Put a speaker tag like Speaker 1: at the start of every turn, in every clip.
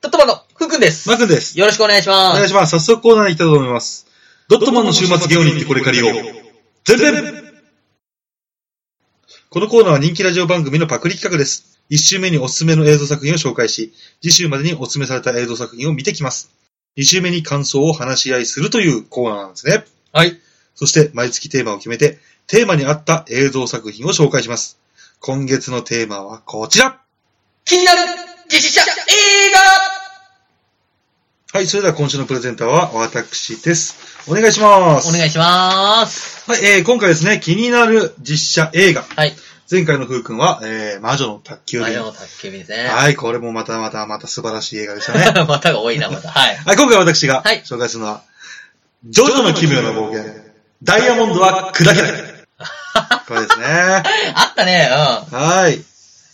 Speaker 1: トマンのふくんです。
Speaker 2: マー君です。
Speaker 1: よろしくお願いし
Speaker 2: お
Speaker 1: ま
Speaker 2: 願い
Speaker 1: す。
Speaker 2: します。早速コーナーに行きたいと思います。ドットマンの週末ゲオに行ってこれ借りよう。全然このコーナーは人気ラジオ番組のパクリ企画です。1週目におすすめの映像作品を紹介し、次週までにおすすめされた映像作品を見てきます。2週目に感想を話し合いするというコーナーなんですね。
Speaker 1: はい。
Speaker 2: そして毎月テーマを決めて、テーマに合った映像作品を紹介します。今月のテーマはこちら
Speaker 1: 気になる実写映
Speaker 2: はい、それでは今週のプレゼンターは私です。お願いしま
Speaker 1: 画
Speaker 2: す。
Speaker 1: お願いします。
Speaker 2: はい、えー、今回ですね、気になる実写映画。
Speaker 1: はい。
Speaker 2: 前回のふうくんは、えー、魔女の宅急
Speaker 1: 魔
Speaker 2: 便。
Speaker 1: 女の宅急便ですね。
Speaker 2: はい、これもまたまたまた素晴らしい映画でしたね。
Speaker 1: またが多いな、また。はい。
Speaker 2: はい、今回私が
Speaker 1: はい
Speaker 2: 紹介するのは、ジョジョの奇妙な冒険。ダイヤモンドは砕けない。これですね。
Speaker 1: あったね、うん。
Speaker 2: はい。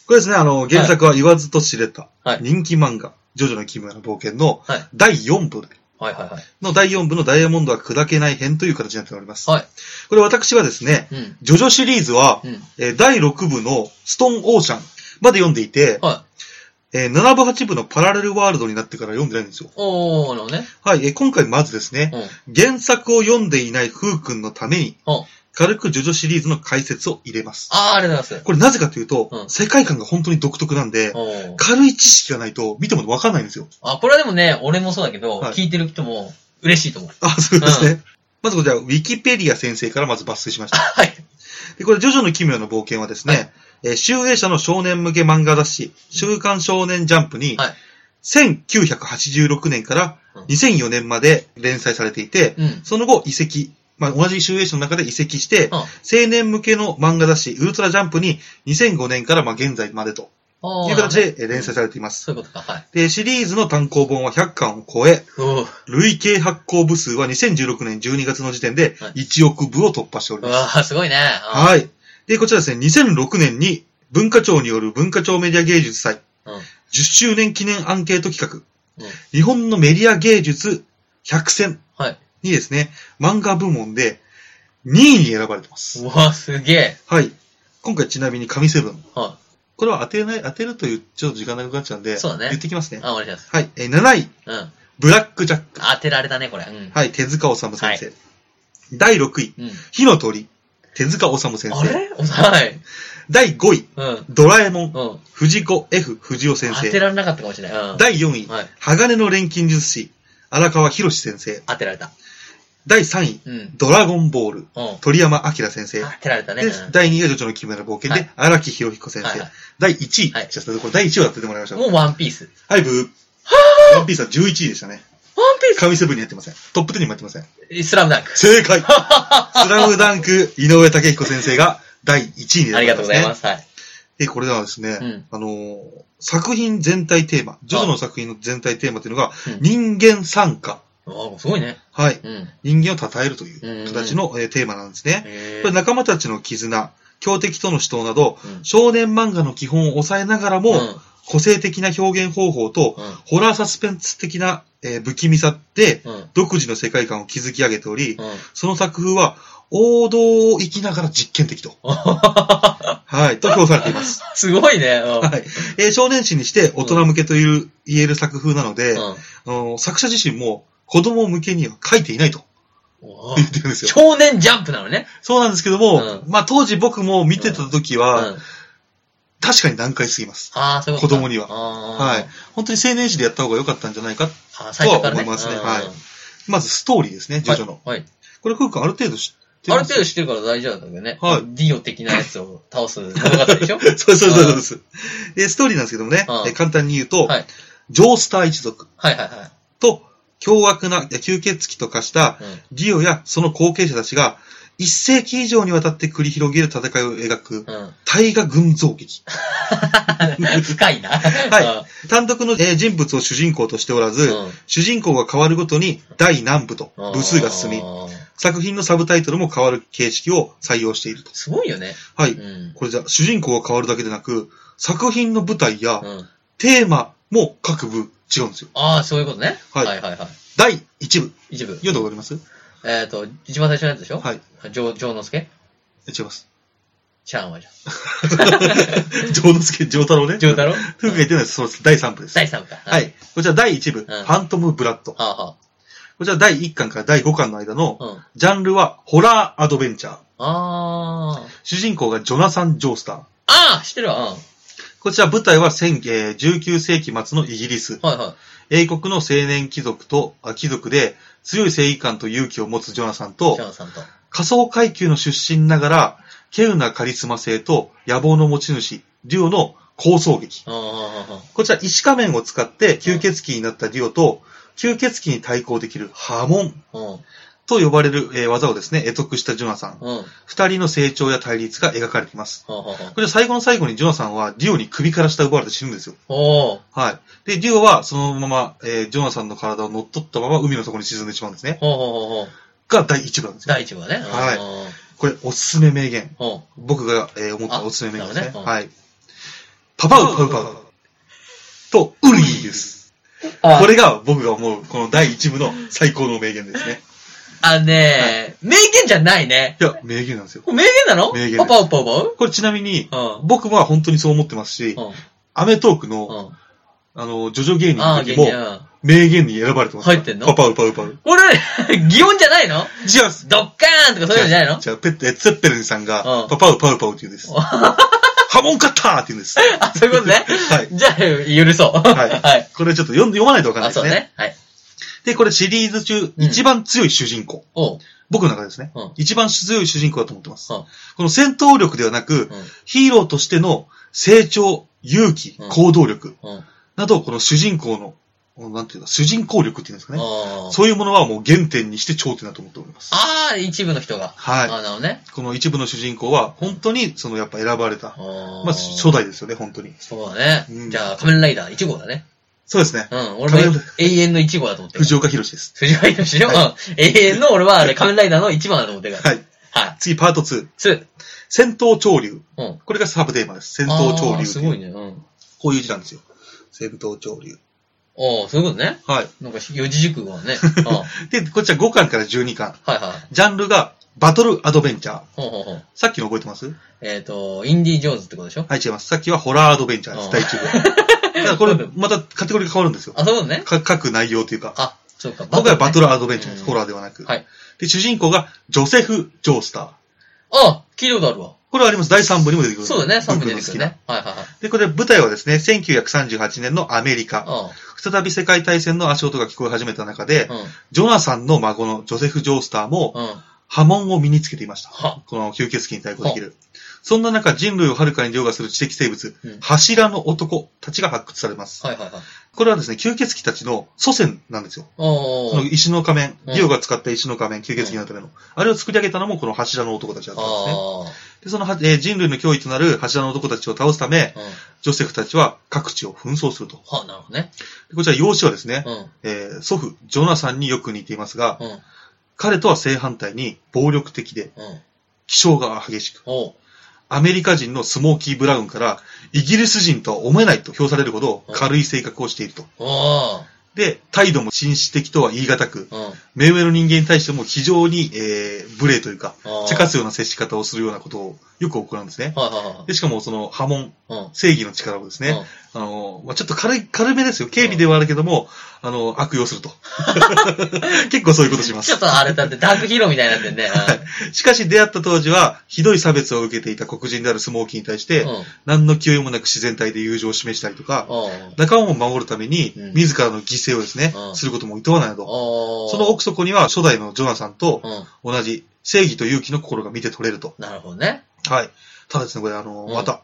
Speaker 2: これですね、あの、原作は言わずと知れた、
Speaker 1: はい
Speaker 2: 人気漫画、ジョジョの奇妙な冒険の
Speaker 1: はい
Speaker 2: 第4部
Speaker 1: はいはいはい。
Speaker 2: の第4部のダイヤモンドは砕けない編という形になっております。
Speaker 1: はい。
Speaker 2: これ私はですね、
Speaker 1: うん。
Speaker 2: ジョジョシリーズは、
Speaker 1: うん。
Speaker 2: えー第6部のストーンオーシャンまで読んでいて、
Speaker 1: はい。
Speaker 2: えー7部8部のパラレルワールドになってから読んでないんですよ。
Speaker 1: おー、なるほどね。
Speaker 2: はい、えー今回まずですね、
Speaker 1: うん。
Speaker 2: 原作を読んでいない風くんのために、
Speaker 1: うん
Speaker 2: 軽くジョジョシリーズの解説を入れます。
Speaker 1: あー、ありがとうございます。
Speaker 2: これなぜかというと、
Speaker 1: うん
Speaker 2: 世界観が本当に独特なんで、
Speaker 1: おー。
Speaker 2: 軽い知識がないと見てもわかんないんですよ。
Speaker 1: あ、これはでもね、俺もそうだけど、
Speaker 2: はい
Speaker 1: 聞いてる人も嬉しいと思う。
Speaker 2: あ、そうですね。まずこちら、ウィキペディア先生からまず抜粋しました。
Speaker 1: はい。
Speaker 2: で、これ、ジョジョの奇妙な冒険はですね、えー集英社の少年向け漫画雑誌、週刊少年ジャンプに、
Speaker 1: はい
Speaker 2: 1986年から
Speaker 1: うん
Speaker 2: 2004年まで連載されていて、
Speaker 1: うん。
Speaker 2: その後移籍、まあ、同じ集英社の中で移籍して、
Speaker 1: うん
Speaker 2: 青年向けの漫画雑誌、ウルトラジャンプに2005年からまあ現在までと
Speaker 1: おー。
Speaker 2: いう形
Speaker 1: なるほどね
Speaker 2: でえー連載されています。
Speaker 1: そういうことか、はい。
Speaker 2: で、シリーズの単行本は100巻を超え、
Speaker 1: おー。
Speaker 2: 累計発行部数は2016年12月の時点で
Speaker 1: はい
Speaker 2: 1億部を突破しており
Speaker 1: う
Speaker 2: ます。
Speaker 1: わー、すごいね。い。
Speaker 2: はい。で、こちらですね、2006年に文化庁による文化庁メディア芸術祭
Speaker 1: うん。
Speaker 2: 10周年記念アンケート企画、
Speaker 1: うん
Speaker 2: 日本のメディア芸術100選
Speaker 1: はい。
Speaker 2: にですね、漫画部門で2位に選ばれてます。
Speaker 1: うわ、すげえ。
Speaker 2: はい。今回ちなみに神セブン。
Speaker 1: は
Speaker 2: これは当てない、当てるというちょっと時間なくなっちゃうんで、
Speaker 1: そうだね
Speaker 2: 言ってきますね
Speaker 1: い。。あ、お願いします。
Speaker 2: はい。えー7位、
Speaker 1: うん。
Speaker 2: ブラックジャック。
Speaker 1: 当てられたね、これ。うん。
Speaker 2: はい、手塚治虫先生。第6位、
Speaker 1: うん。
Speaker 2: 火の鳥、手塚治虫先
Speaker 1: あ
Speaker 2: 生。
Speaker 1: れはい。
Speaker 2: 第5位、
Speaker 1: うん。うん。
Speaker 2: ドラえもん、
Speaker 1: 当
Speaker 2: 藤子 F 不二雄先
Speaker 1: て
Speaker 2: 生。
Speaker 1: られなかったかもしれない。うん。
Speaker 2: 第4位、
Speaker 1: はい。
Speaker 2: 鋼の錬金術師、荒川博先生。
Speaker 1: 当てられた。
Speaker 2: 第3位、
Speaker 1: うん。うん。
Speaker 2: ドラゴンボール、
Speaker 1: 当
Speaker 2: 鳥山明先生。
Speaker 1: てられたね。
Speaker 2: で
Speaker 1: うん、
Speaker 2: 第2位がジョジョの奇妙な冒険で、荒木博彦先
Speaker 1: はい
Speaker 2: 生
Speaker 1: は。
Speaker 2: 第1位、
Speaker 1: はい
Speaker 2: じゃあ、これ第1位をやっててもらいまし
Speaker 1: い
Speaker 2: ょう。
Speaker 1: もうワンピース。
Speaker 2: はい、ブー。ワンピースは11位でしたね。
Speaker 1: ワンピ
Speaker 2: 神セブンにやってません。トップ10にもやってません。
Speaker 1: ーススラムダンク。
Speaker 2: 正解スラムダンク、井上武彦先生が第1位に選ばれたんです、ね。
Speaker 1: ありがとうございます。はい。
Speaker 2: え、これはですね、
Speaker 1: うん
Speaker 2: あのー作品全体テーマ、ジョジョの作品の全体テーマというのが、
Speaker 1: うん
Speaker 2: 人間参加。
Speaker 1: あすごいね。
Speaker 2: はい。
Speaker 1: うん。
Speaker 2: 人間を称えるとい
Speaker 1: うんうん
Speaker 2: う形の、えーテーマなんですね。
Speaker 1: へ
Speaker 2: これ仲間たちの絆、強敵との死闘など、
Speaker 1: うん
Speaker 2: 少年漫画の基本を抑えながらも、
Speaker 1: うん
Speaker 2: 個性的な表現方法と、
Speaker 1: うん
Speaker 2: ホラーサスペンス的な、えー不気味さで、
Speaker 1: うん。うん。
Speaker 2: 独自の世界観を築き上げており、
Speaker 1: うん。
Speaker 2: その作風は、王道を生きながら実験 的と。はい、と評されています。
Speaker 1: すごいね。うん。
Speaker 2: はい。えー少年誌にして大人向けという、言える作風なので、あ
Speaker 1: うん
Speaker 2: の作者自身も子供向けには書いていないと
Speaker 1: お
Speaker 2: 言っ
Speaker 1: ー
Speaker 2: てるんですよ。
Speaker 1: 少年ジャンプなのね。
Speaker 2: そうなんですけども、
Speaker 1: う
Speaker 2: まあ当時僕も見てた時
Speaker 1: うん。
Speaker 2: は、
Speaker 1: あ
Speaker 2: 確かに難解すぎます。
Speaker 1: あー、そういうことか。
Speaker 2: 子供にはは。。
Speaker 1: はい
Speaker 2: 本当に青年誌でやった方が良かったんじゃないか。
Speaker 1: あー最初からね。
Speaker 2: とは思いますね
Speaker 1: うん
Speaker 2: はいまずストーリーですね、ジョジョの。
Speaker 1: はい。はい
Speaker 2: これ、ふうくんある程度知って
Speaker 1: ある
Speaker 2: ます
Speaker 1: 程度知ってるから大丈夫なんだけどね。
Speaker 2: はい
Speaker 1: ディオ的なやつを倒す物語 でしょ
Speaker 2: そうそうそうそうです。えーストーリーなんですけどもね、
Speaker 1: うん
Speaker 2: えー簡単に言うと、
Speaker 1: はい
Speaker 2: ジョースター一族
Speaker 1: はいはいは
Speaker 2: と凶悪なえー吸血鬼と化した
Speaker 1: い。うん
Speaker 2: ディオやその後継者たちが、一世紀以上にわたって繰り広げる戦いを描く、
Speaker 1: うん。
Speaker 2: 大河群像 劇。
Speaker 1: 深いな。
Speaker 2: は単独のえー人物を主人公としておら
Speaker 1: い
Speaker 2: ず、主人公が変わるごとに第何部と部数が進み、作品のサブタイトルも変わる形式を採用していると。
Speaker 1: すごいよね。
Speaker 2: は
Speaker 1: う
Speaker 2: い。
Speaker 1: ん。
Speaker 2: これじゃあ、主人公が変わるだけでなく、作品の舞台や
Speaker 1: うん
Speaker 2: テーマも各部違うんですよ。
Speaker 1: ああ、そういうことね。
Speaker 2: はい
Speaker 1: はいはいはい。
Speaker 2: 第1部。
Speaker 1: 一部。
Speaker 2: 読んでおります
Speaker 1: えっと、一番最初のやつでしょ
Speaker 2: はい。
Speaker 1: い。ジョー、ジョーノスケ
Speaker 2: 違います。
Speaker 1: シャアンはじゃん。
Speaker 2: 上之助、上太郎ね。
Speaker 1: ジョータロ
Speaker 2: 夫婦が言ってないです。そうです。第3部です。
Speaker 1: 第3巻。
Speaker 2: は。い。こちら第1部、ファントム・ブラッド。
Speaker 1: はあは
Speaker 2: こちら第1巻から第5巻の間の、
Speaker 1: あ。うん。
Speaker 2: ジャンルはホラーアドベンチャー。
Speaker 1: あー。
Speaker 2: 主人公がジョナサン・ジョースター。
Speaker 1: あー知ってるわ。うん。
Speaker 2: こちら舞台は1000えー19世紀末のイギリス。
Speaker 1: はいは
Speaker 2: 英国の青年貴族と、あ貴族で強い正義感と勇気を持つジョナサン
Speaker 1: い。
Speaker 2: と
Speaker 1: シャ、アンさんと。
Speaker 2: 仮想階級の出身ながら、稀有なカリスマ性と野望の持ち主、デュオの構想劇。
Speaker 1: うんうんうんうん。
Speaker 2: こちら、石仮面を使って吸血鬼になったデュオと、吸血鬼に対抗できる波紋
Speaker 1: うん。
Speaker 2: と呼ばれる、えー技をですね、得得したジョナサン。
Speaker 1: うん。うん
Speaker 2: 二人の成長や対立が描かれています。
Speaker 1: うんうん
Speaker 2: これ最後の最後にジョナサンはデュオに首から下奪われて死ぬんですよ。
Speaker 1: おー。
Speaker 2: はい。で、デュオはそのまま、えージョナサンの体を乗っ取ったまま海の底に沈んでしまうんですね。
Speaker 1: ほうほうほうほう。
Speaker 2: が第一部なんですよ。
Speaker 1: 第1話ね。
Speaker 2: はい
Speaker 1: い。
Speaker 2: これおすすめ名言。
Speaker 1: うん。
Speaker 2: 僕が、えー思ったおすすめメニューですね。
Speaker 1: あなるほどねうん
Speaker 2: はい。パパウパウパウとウリーです。
Speaker 1: あ
Speaker 2: これが僕が思う、この第一部の最高の名言ですね。
Speaker 1: あのね、名言じゃないね。
Speaker 2: いや、名言なんですよ。
Speaker 1: これ名言なの
Speaker 2: 名言
Speaker 1: パパウパウパウ
Speaker 2: これちなみに、
Speaker 1: うん。
Speaker 2: 僕は本当にそう思ってますし、
Speaker 1: うん。
Speaker 2: アメトークの、
Speaker 1: うん。
Speaker 2: あの、ジョジョ芸人
Speaker 1: あ
Speaker 2: の
Speaker 1: あ、
Speaker 2: 時
Speaker 1: 元気
Speaker 2: も
Speaker 1: ね、うん。
Speaker 2: 名言に選ばれてますから。
Speaker 1: 入ってんの
Speaker 2: パパウパウパウ。
Speaker 1: これ、擬音じゃないの
Speaker 2: 違うんです。
Speaker 1: ドッカーンとかそういうのじゃないの
Speaker 2: じゃあ、ペッテ、ツェッペルンさんが
Speaker 1: う、ん
Speaker 2: パパウパウパウって言うんです。
Speaker 1: お
Speaker 2: ハモンカッターって言う んです。
Speaker 1: あ、そういうことね。
Speaker 2: はい。
Speaker 1: じゃあ、許そう。
Speaker 2: はい
Speaker 1: はい。
Speaker 2: これちょっと読ん読まないとわかんない
Speaker 1: あ、
Speaker 2: で
Speaker 1: そ
Speaker 2: す
Speaker 1: う
Speaker 2: ね。
Speaker 1: ね。はい。
Speaker 2: で、これシリーズ中、
Speaker 1: ん
Speaker 2: 一番強い主人公。
Speaker 1: おう。
Speaker 2: 僕の中でですね、
Speaker 1: うん
Speaker 2: 一番強い主人公だと思ってます。
Speaker 1: うん
Speaker 2: この戦闘力ではなく、ヒーローとしての成長、勇気
Speaker 1: う、ん
Speaker 2: 行動力
Speaker 1: うん。うん。
Speaker 2: など、この主人公の、このなんていうか、主人公力っていうんですかね。
Speaker 1: あー
Speaker 2: そういうものはもう原点にして頂点だと思っております。
Speaker 1: あー、一部の人が。あ
Speaker 2: はい。
Speaker 1: あ、なのね。
Speaker 2: この一部の主人公は、本当に、そのやっぱ選ばれた。
Speaker 1: ま
Speaker 2: まあ、初。代ですよね、本当に。
Speaker 1: そうだ
Speaker 2: うん
Speaker 1: ね。じゃあ、仮面ライダー1号だね。
Speaker 2: そうですね。
Speaker 1: うん。俺
Speaker 2: 仮
Speaker 1: も
Speaker 2: 面
Speaker 1: 永遠の1号だと思ってる。
Speaker 2: 藤岡弘です。
Speaker 1: 藤原宏でしょう
Speaker 2: は
Speaker 1: ん。永遠の俺はあれ仮面ライダーの1番だと思ってるか
Speaker 2: はい。
Speaker 1: ら。はい。
Speaker 2: 次、パート2。
Speaker 1: 2。
Speaker 2: 戦闘潮流。
Speaker 1: うん。
Speaker 2: これがサブテーマです。戦闘潮
Speaker 1: あー
Speaker 2: 流。
Speaker 1: すごい。ね。うん。
Speaker 2: こういう字なんですよ。戦闘潮流。
Speaker 1: おーそういうことね。
Speaker 2: はい。
Speaker 1: なんか四字熟語はね。うん。はい
Speaker 2: で、こっちは5巻から12巻。
Speaker 1: はい。
Speaker 2: ジャンルがバトルアドベンチャー。
Speaker 1: ほうほうほう。
Speaker 2: さっきの覚えてます
Speaker 1: えっ、と、インディ・ジョーンズってことでしょ
Speaker 2: はい、違います。さっきはホラーアドベンチャーで
Speaker 1: う
Speaker 2: す、
Speaker 1: ん
Speaker 2: 第1部は。だから これ、またカテゴリーが変わるんですよ。
Speaker 1: あ、そういうことね。
Speaker 2: か書く内容というか。
Speaker 1: あ、そうか。
Speaker 2: 今回はバト
Speaker 1: ルね。
Speaker 2: ルアドベンチャーです、
Speaker 1: うん
Speaker 2: ホラーではなく。
Speaker 1: はい
Speaker 2: で、主人公がジョセフ・ジョースター。
Speaker 1: あ、聞いたことあるわ。
Speaker 2: これはあります。第3部にも出てくる。
Speaker 1: そうだね、3部出てく
Speaker 2: 僕
Speaker 1: る
Speaker 2: の好きな。
Speaker 1: ね。はいはいはい。
Speaker 2: で、これ舞台はですね、1938年のアメリカ。
Speaker 1: あ
Speaker 2: 再び世界大戦の足音が聞こえ始めた中で
Speaker 1: あ、、うん、
Speaker 2: ジョナサンの孫のジョセフ・ジョースターも
Speaker 1: うん。
Speaker 2: 波紋を身につけていました。
Speaker 1: は、
Speaker 2: この吸血鬼に対抗できる。そんな中、人類をはるかに凌駕する知的生物、
Speaker 1: うん。
Speaker 2: 柱の男たちが発掘されます。
Speaker 1: はいはいはい。
Speaker 2: これはですね、吸血鬼たちの祖先なんですよ。
Speaker 1: お
Speaker 2: その
Speaker 1: ー。
Speaker 2: 石の仮面、
Speaker 1: うん
Speaker 2: ディオが使った石の仮面、吸血鬼のための。あれを作り上げたのもこの柱の男たちだったんですね。
Speaker 1: あ
Speaker 2: で、そのは、えー人類の脅威となる柱の男たちを倒すため、
Speaker 1: あ、うん。
Speaker 2: ジョセフたちは各地を紛争すると。
Speaker 1: は、なるほどね。
Speaker 2: でこちら、養子はですね、
Speaker 1: うん、
Speaker 2: えー祖父、ジョナさんによく似ていますが、
Speaker 1: うん、
Speaker 2: 彼とは正反対に暴力的で、
Speaker 1: うん。
Speaker 2: 気性が激しく、
Speaker 1: おう。
Speaker 2: アメリカ人のスモーキー・ブラウンから、イギリス人とは思えないと評されるほど軽い性格をしていると。
Speaker 1: お
Speaker 2: で、態度も紳士的とは言い難く、
Speaker 1: ー。うん。
Speaker 2: 目上の人間に対しても非常に、えー、無礼というか、
Speaker 1: あー
Speaker 2: 茶化すような接し方をするようなことをよく行うんですね。
Speaker 1: はいは
Speaker 2: で、しかもその波紋、
Speaker 1: いはい。
Speaker 2: 正義の力をです
Speaker 1: うん。
Speaker 2: ね、あの、まあ、ちょっと軽い、軽めですよ。軽微ではあるけども、あの、悪用すると。 結構そういうことし
Speaker 1: う
Speaker 2: ま
Speaker 1: ん。ちょっ
Speaker 2: す。
Speaker 1: とあれだってダークヒーローみたいになって んね。
Speaker 2: しかし出会った当時は、ひどい差別を受けていた黒人であるスモーキーに対し
Speaker 1: う
Speaker 2: て
Speaker 1: ん。う、ん。
Speaker 2: 何の気負いもなく自然体で友情を示したりとか、
Speaker 1: おー
Speaker 2: 仲間を守るために
Speaker 1: う、ん
Speaker 2: 自らの犠牲をですね、
Speaker 1: うん
Speaker 2: することも厭わないなど、
Speaker 1: おー。
Speaker 2: その奥底には初代のジョナさんと
Speaker 1: うん。
Speaker 2: 同じ正義と勇気の心が見て取れると。
Speaker 1: なるほどね。
Speaker 2: はい。ただですね、これあの、
Speaker 1: うん
Speaker 2: また、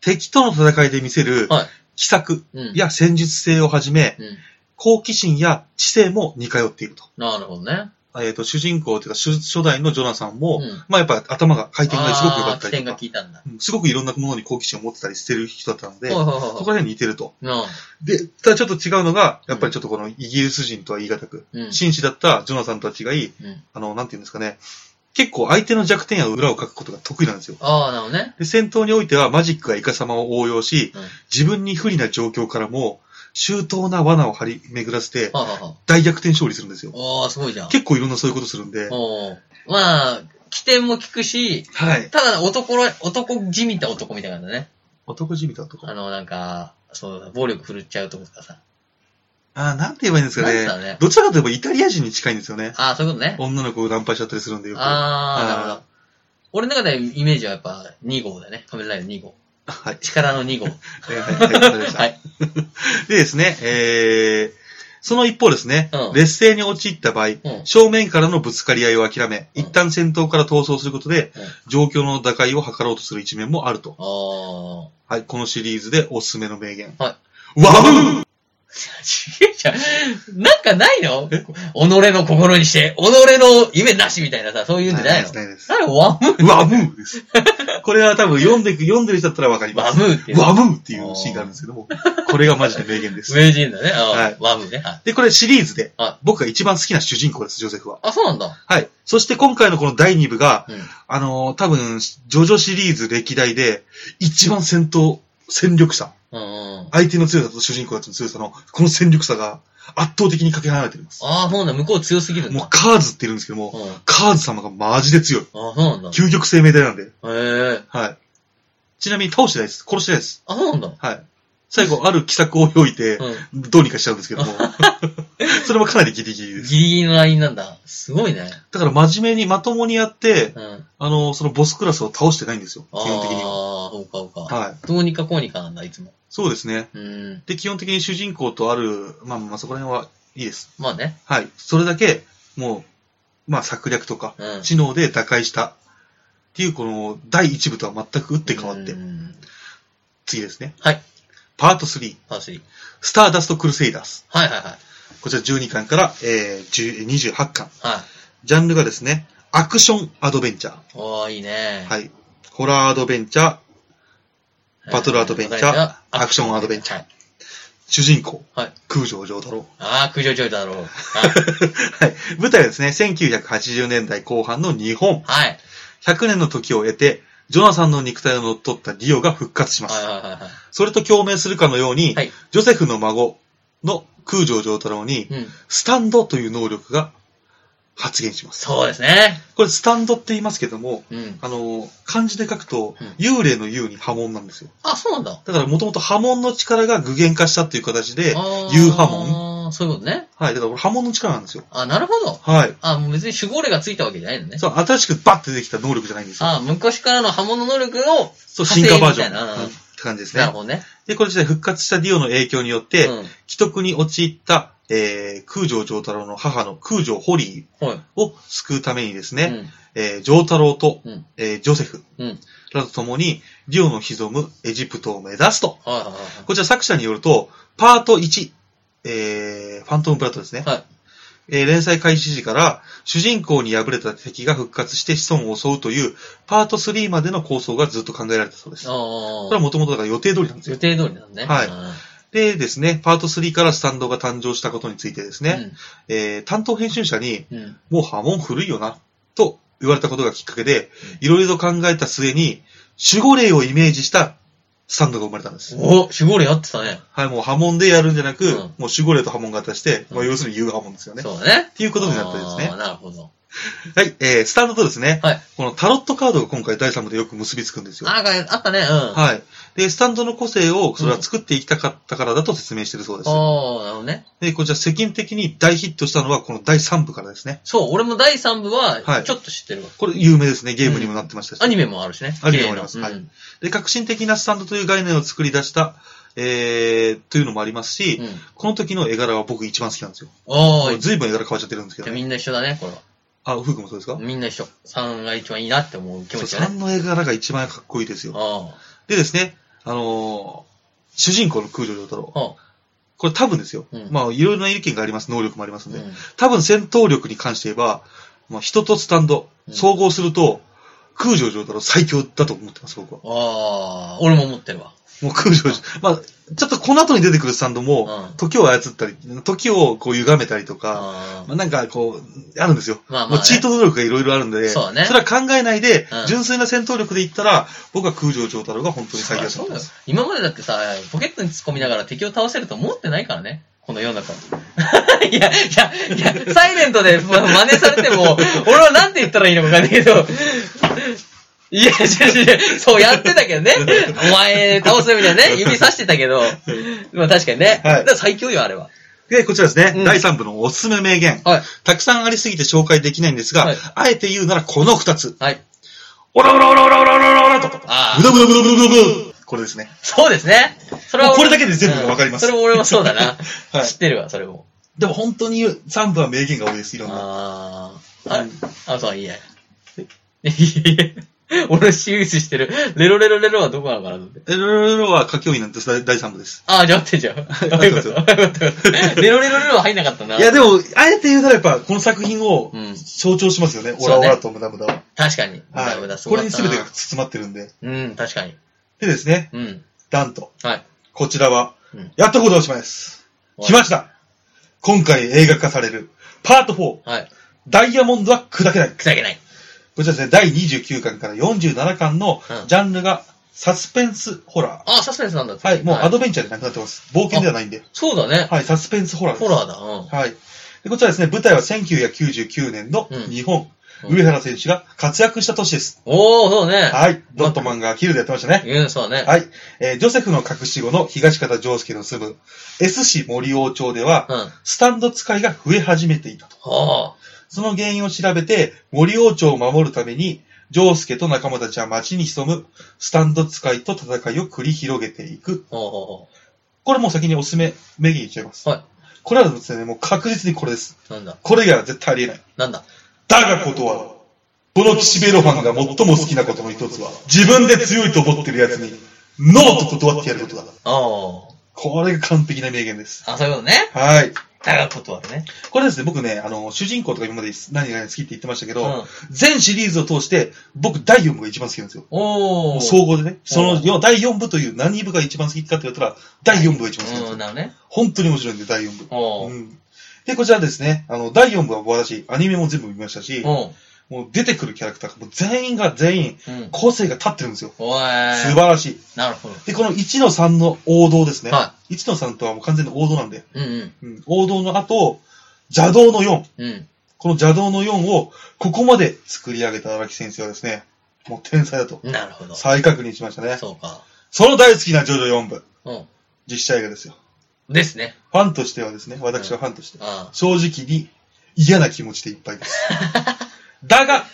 Speaker 2: 敵との戦いで見せる
Speaker 1: はい。
Speaker 2: 奇策
Speaker 1: うん。、
Speaker 2: や戦術性をはじめ、
Speaker 1: うん。
Speaker 2: 好奇心や知性も似通っていると。
Speaker 1: なるほどね。
Speaker 2: えっ、と、主人公というか、初初代のジョナさんも、
Speaker 1: うん。
Speaker 2: まあやっぱ頭が回転がすごく良か
Speaker 1: あ
Speaker 2: っ
Speaker 1: ー
Speaker 2: た
Speaker 1: 起点
Speaker 2: りと
Speaker 1: が
Speaker 2: か、
Speaker 1: 効いたんだ。
Speaker 2: うんすごくいろんなものに好奇心を持ってたりしてる人だったので、
Speaker 1: はいはい
Speaker 2: そ
Speaker 1: は
Speaker 2: こ
Speaker 1: い
Speaker 2: ら
Speaker 1: はい。
Speaker 2: 辺似てると。
Speaker 1: うん。
Speaker 2: で、ただちょっと違うのが、やっぱりちょっとこのイギリス人とは言い難く、
Speaker 1: うん。
Speaker 2: 紳士だったジョナさんとは違い、
Speaker 1: うん
Speaker 2: あの、なんていうんですかね、結構相手の弱点や裏を書くことが得意なんですよ。
Speaker 1: ああ、なるほどね。
Speaker 2: で戦闘においてはマジックがイカ様を応用し、
Speaker 1: うん
Speaker 2: 自分に不利な状況からも周到な罠を張り巡らせて
Speaker 1: はあはあはあ。
Speaker 2: 大逆転勝利するんですよ。
Speaker 1: おー、すごいじゃん。
Speaker 2: 結構いろんなそういうことするんで、
Speaker 1: おーまあ、起点も聞くし、
Speaker 2: はい。
Speaker 1: ただ男ら、男じみた男みたいなのね。
Speaker 2: 男じみたとか。
Speaker 1: あの、なんか、そう、暴力振るっちゃうとことかさ。
Speaker 2: あー、なんて言えばいいんですか
Speaker 1: なんつった
Speaker 2: ね
Speaker 1: ね。
Speaker 2: どちらかといえばイタリア人に近いんですよね。
Speaker 1: ああ、そういうことね。
Speaker 2: 女の子をナンパしちゃったりするんでよく。あ
Speaker 1: ああ、な
Speaker 2: あー
Speaker 1: るほど。俺の中でイメージはやっぱ2号だね。仮面ライダー2号。
Speaker 2: はい。
Speaker 1: 力の2号。
Speaker 2: はいはいはい、わかりました
Speaker 1: はい。
Speaker 2: でですね、えー、その一方ですね、
Speaker 1: うん
Speaker 2: 劣勢に陥った場合、
Speaker 1: うん。
Speaker 2: 正面からのぶつかり合いを諦め、
Speaker 1: うん
Speaker 2: 一旦戦闘から逃走することで
Speaker 1: うん、
Speaker 2: 状況の打開を図ろうとする一面もあると。
Speaker 1: ああ。
Speaker 2: はい、このシリーズでおすすめの名言。
Speaker 1: は
Speaker 2: ワブー
Speaker 1: 違うじゃん。 なんかないの 己の心にして、己の夢なしみたいなさ、そういうんじゃないの
Speaker 2: ないです。
Speaker 1: なんかワム
Speaker 2: ワブーです。これは多分読んで、読んでる人だったらわかりま
Speaker 1: ワ
Speaker 2: す。
Speaker 1: ムーっていう。
Speaker 2: ワブーっていうシーンがあるんですけども、これがマジで名言です。
Speaker 1: 名人だね。あ
Speaker 2: はい
Speaker 1: ワムね。はい
Speaker 2: で、これシリーズで
Speaker 1: は、
Speaker 2: 僕が一番好きな主人公です、ジョセフは。
Speaker 1: あ、そうなんだ。
Speaker 2: はい。そして今回のこの第2部が、
Speaker 1: うん。
Speaker 2: あのー多分、ジョジョシリーズ歴代で、一番戦闘、戦力差。
Speaker 1: うんうん。
Speaker 2: 相手の強さと主人公たちの強さの、この戦力差が圧倒的にかけ離れています。
Speaker 1: ああ、そうなんだ。向こう強すぎるん
Speaker 2: もう
Speaker 1: だ。
Speaker 2: カーズって言うんですけども、
Speaker 1: うん。あ
Speaker 2: カーズ様がマジで強い。
Speaker 1: あ、そうなんだ。へ
Speaker 2: 究極生命体なんで。
Speaker 1: え。
Speaker 2: はい。ちなみに倒してないです。殺してないです。
Speaker 1: あ、そうなんだ。
Speaker 2: はい。最後、ある奇策を用いて、
Speaker 1: う
Speaker 2: どうにかしちゃうんですけども。 それもかなりギリギリで
Speaker 1: ん。
Speaker 2: す。
Speaker 1: ギリギリのラインなんだ。すごいね。
Speaker 2: だから真面目にまともにやって、
Speaker 1: うん。
Speaker 2: あのーそのボスクラスを倒してないんですよ。基
Speaker 1: ああ
Speaker 2: 本的には。
Speaker 1: ー、そうか、そうか。
Speaker 2: はい。
Speaker 1: どうにかこうにかなんだ、いつも。
Speaker 2: そうですね。
Speaker 1: うん。
Speaker 2: で、基本的に主人公とある、まあまあそこら辺はいいです。
Speaker 1: まあね。
Speaker 2: はい。それだけ、もう、まあ策略とか、
Speaker 1: うん。
Speaker 2: 知能で打開した。っていう、この、第一部とは全く打って変わって
Speaker 1: う。ん。
Speaker 2: 次ですね。
Speaker 1: はい。
Speaker 2: パート3、
Speaker 1: パースリー。
Speaker 2: スターダストクルセイダース。
Speaker 1: はいはいはい。
Speaker 2: こちら12巻から、えー、10 28巻。
Speaker 1: はい。
Speaker 2: ジャンルがですね、アクションアドベンチャ
Speaker 1: おー、いいね
Speaker 2: ー。。はい。ホラーアドベンチャー、バトルアドベンチャー
Speaker 1: え
Speaker 2: アクションアドベンチャ
Speaker 1: ー。はい
Speaker 2: 主人公、
Speaker 1: はい
Speaker 2: 空城城太郎。
Speaker 1: あー、苦情ちょいだろう。はい。
Speaker 2: はい。舞台はですね、1980年代後半の日本。
Speaker 1: はい。
Speaker 2: 100年の時を経て、ジョナサンの肉体を乗っ取ったリオが復活しま
Speaker 1: はい
Speaker 2: す。
Speaker 1: はいはいはい。
Speaker 2: それと共鳴するかのように、
Speaker 1: はい
Speaker 2: ジョセフの孫の空城城太郎に、
Speaker 1: うん。
Speaker 2: スタンドという能力が発現します。
Speaker 1: そうですね。
Speaker 2: これスタンドって言いますけども、
Speaker 1: うん。
Speaker 2: あの、漢字で書くと
Speaker 1: うん、
Speaker 2: 幽霊の幽に波紋なんですよ。
Speaker 1: あ、そうなんだ。
Speaker 2: だからもともと波紋の力が具現化したっていう形で、
Speaker 1: あー
Speaker 2: 夕波紋
Speaker 1: そういうことね。
Speaker 2: はい、だからこれ波紋の力なんですよ。
Speaker 1: あ、なるほど。
Speaker 2: はい。
Speaker 1: あ、もう別に守護霊がついたわけじゃないのね。
Speaker 2: そう、新しくバッてできた能力じゃないんですよ。
Speaker 1: あ、昔からの刃物能力を、
Speaker 2: そう、進化バージョン。
Speaker 1: 派生みたいな
Speaker 2: うんって感じです
Speaker 1: なる
Speaker 2: ね。
Speaker 1: ほどね。
Speaker 2: で、これ自体復活したディオの影響によっ
Speaker 1: う
Speaker 2: て、
Speaker 1: ん。
Speaker 2: 既得に陥った、えー、空城城太郎の母の空城ホリ
Speaker 1: はい。
Speaker 2: ーを救うためにです
Speaker 1: う
Speaker 2: ね、
Speaker 1: ん。
Speaker 2: えー、城太郎と、
Speaker 1: うん
Speaker 2: えージョセフ
Speaker 1: うん。
Speaker 2: らと共に、ディオの潜むエジプトを目指すと。
Speaker 1: はいはいはい
Speaker 2: こちら作者によると、パート1、えー、ファントムプラットですね。
Speaker 1: はい。はい。
Speaker 2: えー連載開始時から、主人公に敗れた敵が復活して子孫を襲うという、パート3までの構想がずっと考えられたそうです。こ
Speaker 1: あ
Speaker 2: れは
Speaker 1: あ。
Speaker 2: もともとだから予定通りなんです
Speaker 1: 予
Speaker 2: よ。
Speaker 1: 定通りなんだね。
Speaker 2: はい
Speaker 1: うん
Speaker 2: でですね、パート3からスタンドが誕生したことについてですね、えー担当編集者に、
Speaker 1: うん。うん。
Speaker 2: もう波紋古いよな、と言われたことがきっかけで、いろいろと考えた末に、守護霊をイメージしたスタンドが生まれたんです。
Speaker 1: お、守護霊やってたね。
Speaker 2: はい、もう波紋でやるんじゃなく、
Speaker 1: うん
Speaker 2: もう守護霊と波紋が足して、
Speaker 1: うん
Speaker 2: まあ要するに言う波紋ですよね。っ
Speaker 1: そうだね。
Speaker 2: ていうことになったんですね
Speaker 1: あー。なるほど。
Speaker 2: はい、えー、スタンドとですね、
Speaker 1: はい
Speaker 2: このタロットカードが今回第3部でよく結びつくんですよ。
Speaker 1: あーあったね、うん。あ
Speaker 2: はい。で、スタンドの個性をそれは作っていきたかったからだと説明してるそうです。
Speaker 1: あー、なるほどね。
Speaker 2: で、こちら世間的に大ヒットしたのはこの第3部からですね。
Speaker 1: そう、俺も第3部
Speaker 2: は
Speaker 1: は、
Speaker 2: い
Speaker 1: ちょっと知ってるわ。
Speaker 2: これ有名ですね。ゲームにもなってましたし。
Speaker 1: アニメもあるしね。
Speaker 2: アニメもあります
Speaker 1: 綺麗なう
Speaker 2: は
Speaker 1: ん
Speaker 2: で、革新的なスタンドという概念を作り出した、えー、というのもありますし、
Speaker 1: うん。
Speaker 2: この時の絵柄は僕一番好きなんですよ。
Speaker 1: おーい、じ
Speaker 2: 随分絵柄変わっちゃってるんですけ
Speaker 1: ゃあ
Speaker 2: ど
Speaker 1: み
Speaker 2: ね。
Speaker 1: んな一緒だね、これは。
Speaker 2: あ、ふうくんもそうですか
Speaker 1: みんな一緒。3が一番いいなって思う気
Speaker 2: そう、
Speaker 1: 持ちだね。
Speaker 2: 3の絵柄が一番かっこいいですよ。
Speaker 1: あ
Speaker 2: でですね、あのー主人公の空城城太郎。
Speaker 1: あ。は
Speaker 2: これ多分ですよ。
Speaker 1: うん
Speaker 2: まあ、いろいろな意見があります。能力もあります
Speaker 1: あ。
Speaker 2: んで。
Speaker 1: うん
Speaker 2: 多分戦闘力に関して言えば、まあ、人とスタンド、
Speaker 1: うん
Speaker 2: 総合すると、空城城太郎最強だと思ってます、僕は。
Speaker 1: ああ、俺も持ってるわ。
Speaker 2: もう空城城。まあ、ちょっとこの後に出てくるスタンド
Speaker 1: うん。
Speaker 2: も、時を操ったり、時をこう歪めたりとか、
Speaker 1: あ
Speaker 2: まあ、なんかこう、あるんですよ。
Speaker 1: まあまあね
Speaker 2: もうチート能力がいろいろあるんで、
Speaker 1: そうだね
Speaker 2: れは考えないで、
Speaker 1: うん
Speaker 2: 純粋な戦闘力で言ったら、僕は空城城太郎が本当に最強
Speaker 1: あ。
Speaker 2: だと
Speaker 1: そうだ
Speaker 2: 思いま
Speaker 1: よ
Speaker 2: す。
Speaker 1: 今までだってさ、ポケットに突っ込みながら敵を倒せると思ってないからね。この世の中。 いや、いや、いや、サイレントでま真似されても、 俺はなんて言ったらいいのかわかんないけど、いや、違う違う違う、そうやってたけどね。お前倒すみたいなね、指さしてたけど、まあ確かにね。
Speaker 2: はい
Speaker 1: だから最強よ、あれは。
Speaker 2: で、こちらですね、
Speaker 1: うん
Speaker 2: 第3部のおすすめ名言。
Speaker 1: はい。
Speaker 2: たくさんありすぎて紹介できないんですが、
Speaker 1: はい
Speaker 2: あえて言うならこの2つ。
Speaker 1: はい。
Speaker 2: オラオラオラオラオラオラオラと。ブ
Speaker 1: あ
Speaker 2: ド
Speaker 1: あ、
Speaker 2: ブドブドブドブドブこれですね。
Speaker 1: そうですね。そ
Speaker 2: もうこれだけで全部がわかります
Speaker 1: うんそれも俺もそうだな。
Speaker 2: はい
Speaker 1: 知ってるわ、それも。
Speaker 2: でも本当に3部は名言が多いです、いろんな。
Speaker 1: ああ、はい。あ、そう、いいや。いや 俺、シリーズしてる。レロレロレロはどこなのかなと思って。
Speaker 2: エロロロは歌教員なんです、第3部です。
Speaker 1: ああ、じゃあ待って、じゃあ。
Speaker 2: あ
Speaker 1: どういうことどういうことレロレロレロは入んなかったな。
Speaker 2: いや、でも、あえて言うならやっぱ、この作品を
Speaker 1: うん
Speaker 2: 象徴しますよね。オ
Speaker 1: そ
Speaker 2: ラ
Speaker 1: う
Speaker 2: オ
Speaker 1: ね
Speaker 2: ラとムダムダは。
Speaker 1: 確かに。
Speaker 2: は
Speaker 1: 無駄無駄
Speaker 2: い。
Speaker 1: そう
Speaker 2: こ
Speaker 1: だ
Speaker 2: れ
Speaker 1: っ
Speaker 2: に
Speaker 1: た
Speaker 2: 全
Speaker 1: な
Speaker 2: てが包まってるんで。
Speaker 1: うん、確かに。
Speaker 2: でですね、
Speaker 1: うん。
Speaker 2: ダンと、
Speaker 1: はい。
Speaker 2: こちらは
Speaker 1: うん、
Speaker 2: やっとこうでおしまいです。来ました今回映画化される、パート4、
Speaker 1: はい。
Speaker 2: ダイヤモンドは砕けない。こ
Speaker 1: 砕けない。
Speaker 2: ちらですね、第29巻から47巻の
Speaker 1: うん
Speaker 2: ジャンルがサスペンスホラ
Speaker 1: ああ、サスペンスなんだ
Speaker 2: ー。はい、もうア
Speaker 1: ド
Speaker 2: ドベンチャーじゃなくなってます。冒険ではないんで。
Speaker 1: そうだね。
Speaker 2: はい、サスペンスホラーです。
Speaker 1: ホラーだ。うん。
Speaker 2: はい。でこちらですね、舞台は1999年の
Speaker 1: うん
Speaker 2: 日本、
Speaker 1: うん
Speaker 2: 上原選手が活躍した年です。
Speaker 1: おー、そうね。
Speaker 2: はい。ドットマンがキルでやってましたね。
Speaker 1: うん、そうだね。
Speaker 2: はい。えージョセフの隠し子の東方丈介の住む S 市森王町では、
Speaker 1: うん。は
Speaker 2: スタンド使いが増え始めていたと。
Speaker 1: あ。
Speaker 2: その原因を調べて、森王町を守るために、丈介と仲間たちは町に潜むスタンド使いと戦いを繰り広げていく。
Speaker 1: ほうほうほ
Speaker 2: これもう先におすすめ、名言言っちゃいます。
Speaker 1: はい。
Speaker 2: これはですね、もう確実にこれです。
Speaker 1: う。なんだ。
Speaker 2: これ以外は絶対ありえない。
Speaker 1: なんだ。
Speaker 2: だがことは、この岸辺露伴が最も好きなことの一つは、自分で強いと思ってる奴に、ノーと断ってやることだ。
Speaker 1: おー。
Speaker 2: これが完璧な名言です。
Speaker 1: あ、そういうことね。
Speaker 2: はい。
Speaker 1: だが断るね。
Speaker 2: これですね、僕ね、あの、主人公とか今まで何が好きって言ってましたけ
Speaker 1: う
Speaker 2: ど、
Speaker 1: ん。
Speaker 2: 全シリーズを通して、僕第4部が一番好きなんですよ。
Speaker 1: おー。
Speaker 2: 総合でね、その
Speaker 1: おー
Speaker 2: よ第4部という何部が一番好きかって言ったら、第4部が一番好きなんです
Speaker 1: う
Speaker 2: よ
Speaker 1: ん、。なるね。
Speaker 2: 本当に面白いんで、第4部。
Speaker 1: お
Speaker 2: う
Speaker 1: ー。
Speaker 2: ん。で、こちらですね、あの、第4部は私、アニメも全部見ましたし、
Speaker 1: おー。
Speaker 2: もう出てくるキャラクターが、もう全員が全員、
Speaker 1: うん。
Speaker 2: 個性が立ってるんですよ。
Speaker 1: お
Speaker 2: 素
Speaker 1: ー
Speaker 2: 晴。らしい。
Speaker 1: なるほど。
Speaker 2: で、この1の3の王道ですね。
Speaker 1: は
Speaker 2: 1の3とはもう完全に王道なんで。
Speaker 1: い。うん
Speaker 2: うん、王道の後、邪道の4。
Speaker 1: うん。うん。
Speaker 2: この邪道の4を、ここまで作り上げた荒木先生はですね、もう天才だと。
Speaker 1: なるほど。
Speaker 2: 再確認しましたね。
Speaker 1: そうか。
Speaker 2: その大好きなジョジョ4部。
Speaker 1: うん。
Speaker 2: 実写映画ですよ。
Speaker 1: ですね。
Speaker 2: ファンとしてはですね、私はファンとして。
Speaker 1: あ
Speaker 2: 正直に嫌な気持ちでいっぱ いです。だが、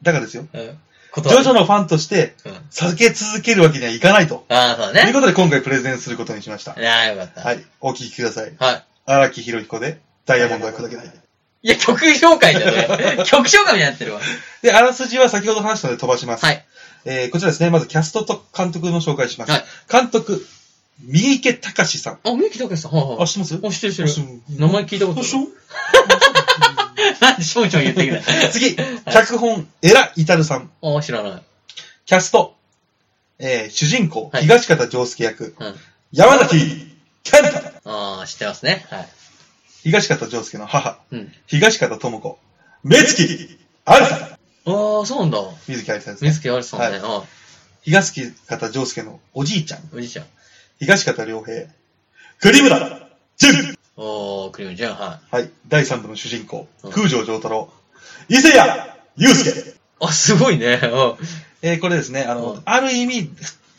Speaker 2: だがですよ。
Speaker 1: あ。うん。
Speaker 2: ジ
Speaker 1: 断
Speaker 2: ョ
Speaker 1: る
Speaker 2: ジョのファンとして、
Speaker 1: うん。
Speaker 2: 避け続けるわけにはいかないと。
Speaker 1: ああ、そう
Speaker 2: と
Speaker 1: だ
Speaker 2: いう
Speaker 1: ね。
Speaker 2: ことで今回プレゼンすることにしました。
Speaker 1: ああ、よかった。
Speaker 2: はい。お聴きください。
Speaker 1: はい。
Speaker 2: 荒木博彦で、ダイヤモンドは砕けない。
Speaker 1: いや、曲紹介だ ね。曲紹介みたいになってるわ。
Speaker 2: で、あらすじは先ほど話したので飛ばします。
Speaker 1: はい。
Speaker 2: えーこちらですね、まずキャストと監督の紹介します。
Speaker 1: はい
Speaker 2: 監督、三池隆さん。
Speaker 1: あ、三木拓也さん。はいは
Speaker 2: あ、
Speaker 1: い。
Speaker 2: 知ってます
Speaker 1: あ、知ってる知
Speaker 2: 知
Speaker 1: っ
Speaker 2: ってて
Speaker 1: る。名前聞いたこ
Speaker 2: ま
Speaker 1: とあ
Speaker 2: す
Speaker 1: る。なんでしょんちょん言ってくれ。
Speaker 2: 次、 脚本、エラ・イタルさん。
Speaker 1: あ、知らない。
Speaker 2: キャスト、えー主人公、
Speaker 1: はい
Speaker 2: 東方丈介役、
Speaker 1: うん。
Speaker 2: 山崎健太。
Speaker 1: ああ、知ってますね。はい。
Speaker 2: 東方丈介の母、
Speaker 1: うん。
Speaker 2: 東方智子、目月あるさん。
Speaker 1: ああ、そうなんだ。
Speaker 2: 水木ありさんですね。
Speaker 1: 水木有さんね。ああ、
Speaker 2: 東方丈介のおじいちゃん、
Speaker 1: おじいちゃん。
Speaker 2: 東方良平、栗村淳。
Speaker 1: おー、クリームちゃん、は
Speaker 2: はい。第3部の主人公、
Speaker 1: うん
Speaker 2: 空城城太郎、伊勢谷祐介。
Speaker 1: い。あ、すごいね。うん。
Speaker 2: えーこれですね、あの、
Speaker 1: うん
Speaker 2: ある意味、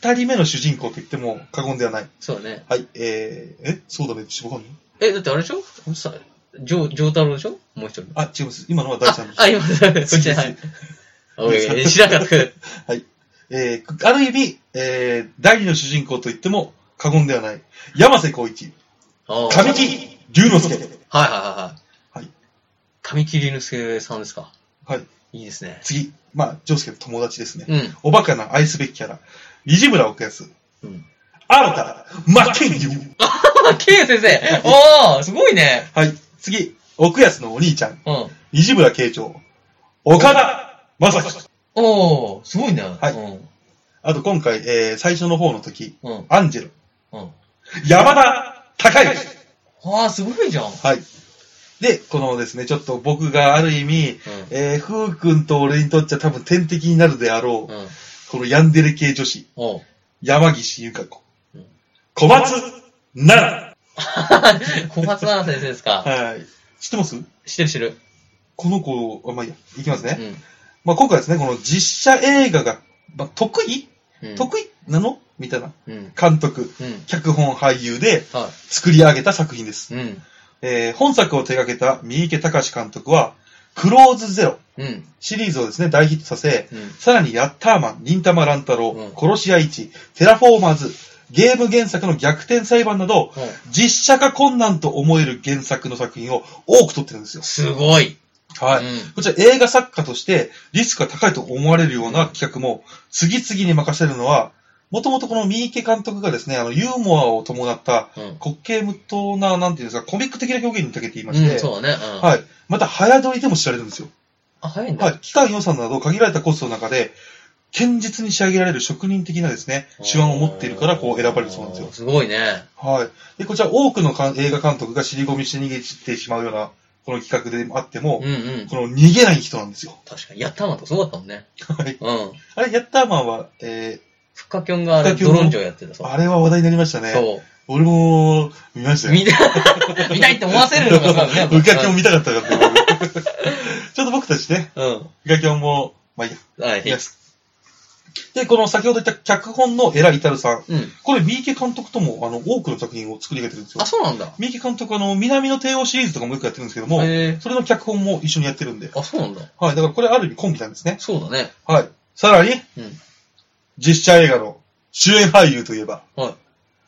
Speaker 2: 二人目の主人公と言っても過言ではない。
Speaker 1: そうだね。
Speaker 2: はい。えー、え、そうだね、ちょっとわかんない
Speaker 1: え、だってあれでしょさ、ジョー、ジョー太郎でしょもう一人。
Speaker 2: あ、違います。今のは第3
Speaker 1: あ
Speaker 2: 部、。
Speaker 1: あ、今、そっちね、はい。おいおい、知らなかった。
Speaker 2: えーある意味、えー、第2の主人公と言っても過言ではない。山瀬光一、
Speaker 1: おー
Speaker 2: 神木隆之介。
Speaker 1: はいはいはい。は
Speaker 2: はいい。
Speaker 1: 神木隆之介さんですか
Speaker 2: はい。
Speaker 1: いいですね。
Speaker 2: 次、まあ、ジョウスケの友達ですね。
Speaker 1: うん。
Speaker 2: おバカな愛すべきキャラ、西村奥康、
Speaker 1: うん。
Speaker 2: 新田、真剣佑。
Speaker 1: あ、K 先生おーすごいね
Speaker 2: はい。次、奥康のお兄ちゃん、
Speaker 1: うん。
Speaker 2: 西村慶長、岡田正樹。
Speaker 1: おーすごいね。
Speaker 2: はい
Speaker 1: うん。
Speaker 2: あと今回、えー最初の方の時、
Speaker 1: うん。
Speaker 2: アンジェロ、
Speaker 1: うん。
Speaker 2: 山田高之。
Speaker 1: あーすごいじゃん。うん。
Speaker 2: はい。で、このですね、ちょっと僕がある意味、えー、ふうくんと俺にとっちゃ多分天敵になるであろう、
Speaker 1: うん。
Speaker 2: このヤンデレ系女子、
Speaker 1: おう
Speaker 2: 山岸優香子
Speaker 1: うん、
Speaker 2: 小松奈々。
Speaker 1: 小松菜奈先生ですか。
Speaker 2: はい。知ってます
Speaker 1: 知ってる知ってる。
Speaker 2: この子、あまあ、いいや、いきますね。
Speaker 1: う
Speaker 2: まあ、今回ですね、この実写映画が、まあ、得意、
Speaker 1: ん。うん
Speaker 2: 得意なのみたいな。
Speaker 1: うん。
Speaker 2: 監督、
Speaker 1: うん。
Speaker 2: 脚本俳優で
Speaker 1: は
Speaker 2: 作り上げた作品です。
Speaker 1: い。うん。
Speaker 2: えー本作を手掛けた三池隆監督は、クローズゼロ
Speaker 1: うん。
Speaker 2: シリーズをですね、大ヒットさせ、
Speaker 1: うん。
Speaker 2: さらにヤッターマン、忍たま乱太郎、
Speaker 1: うん
Speaker 2: 殺し屋市、テラフォーマーズ、ゲーム原作の逆転裁判な
Speaker 1: は
Speaker 2: ど、
Speaker 1: い
Speaker 2: 実写化困難と思える原作の作品を多く撮ってるんですよ。
Speaker 1: すごい。
Speaker 2: はい。
Speaker 1: うん
Speaker 2: こちら映画作家としてリスクが高いと思われるような企画も次々に任せるのは、もともとこの三池監督がですね、あの、ユーモアを伴った
Speaker 1: うん。
Speaker 2: 滑稽無糖な、なんていうんですか、コミック的な表現に長けていまして、
Speaker 1: うん、そうだね。うん。
Speaker 2: はい。また早撮りでも知られるんですよ。
Speaker 1: あ、早いんだ。
Speaker 2: はい。期間予算など限られたコストの中で、堅実に仕上げられる職人的なですね、手腕を持っているから、こう選ばれるそうなんですよ
Speaker 1: おー。すごいね。
Speaker 2: はい。で、こちら多くのかん映画監督が尻込みして逃げてしまうような、この企画であって
Speaker 1: うん
Speaker 2: も、
Speaker 1: うん。
Speaker 2: この逃げない人なんですよ。
Speaker 1: 確かに。やったまとすごかったもんね。
Speaker 2: はい。
Speaker 1: うん。
Speaker 2: あれ、ヤッターマンは、え
Speaker 1: フッカキョンがあ
Speaker 2: フ
Speaker 1: れ、
Speaker 2: ッカキョ
Speaker 1: ド
Speaker 2: ンの
Speaker 1: ロンジョやってた
Speaker 2: ー、
Speaker 1: さ。
Speaker 2: あれは話題になりましたね。
Speaker 1: そ
Speaker 2: 俺も、見まし
Speaker 1: う。
Speaker 2: たよ。
Speaker 1: 見た、見たいって思わせるのがさ、
Speaker 2: ウカキョン見たかったからって僕 ちょっと僕たちね、
Speaker 1: うん。
Speaker 2: ウカキョンも、まあいいや、
Speaker 1: はい。
Speaker 2: いいです。で、この先ほど言った脚本の偉いたるさん。
Speaker 1: うん。
Speaker 2: これ、三池監督とも、あの、多くの作品を作り上げてるんですよ
Speaker 1: あ、。そうなんだ。
Speaker 2: 三池監督は、あの、南の帝王シリーズとかもよくやってるんですけども、
Speaker 1: へえ。
Speaker 2: それの脚本も一緒にやってるんで。
Speaker 1: あ、そうなんだ。
Speaker 2: はい。だからこれある意味コンビなんですね。
Speaker 1: そうだね。
Speaker 2: はい。さらに、
Speaker 1: うん。
Speaker 2: 実写映画の主演俳優といえば、
Speaker 1: はい。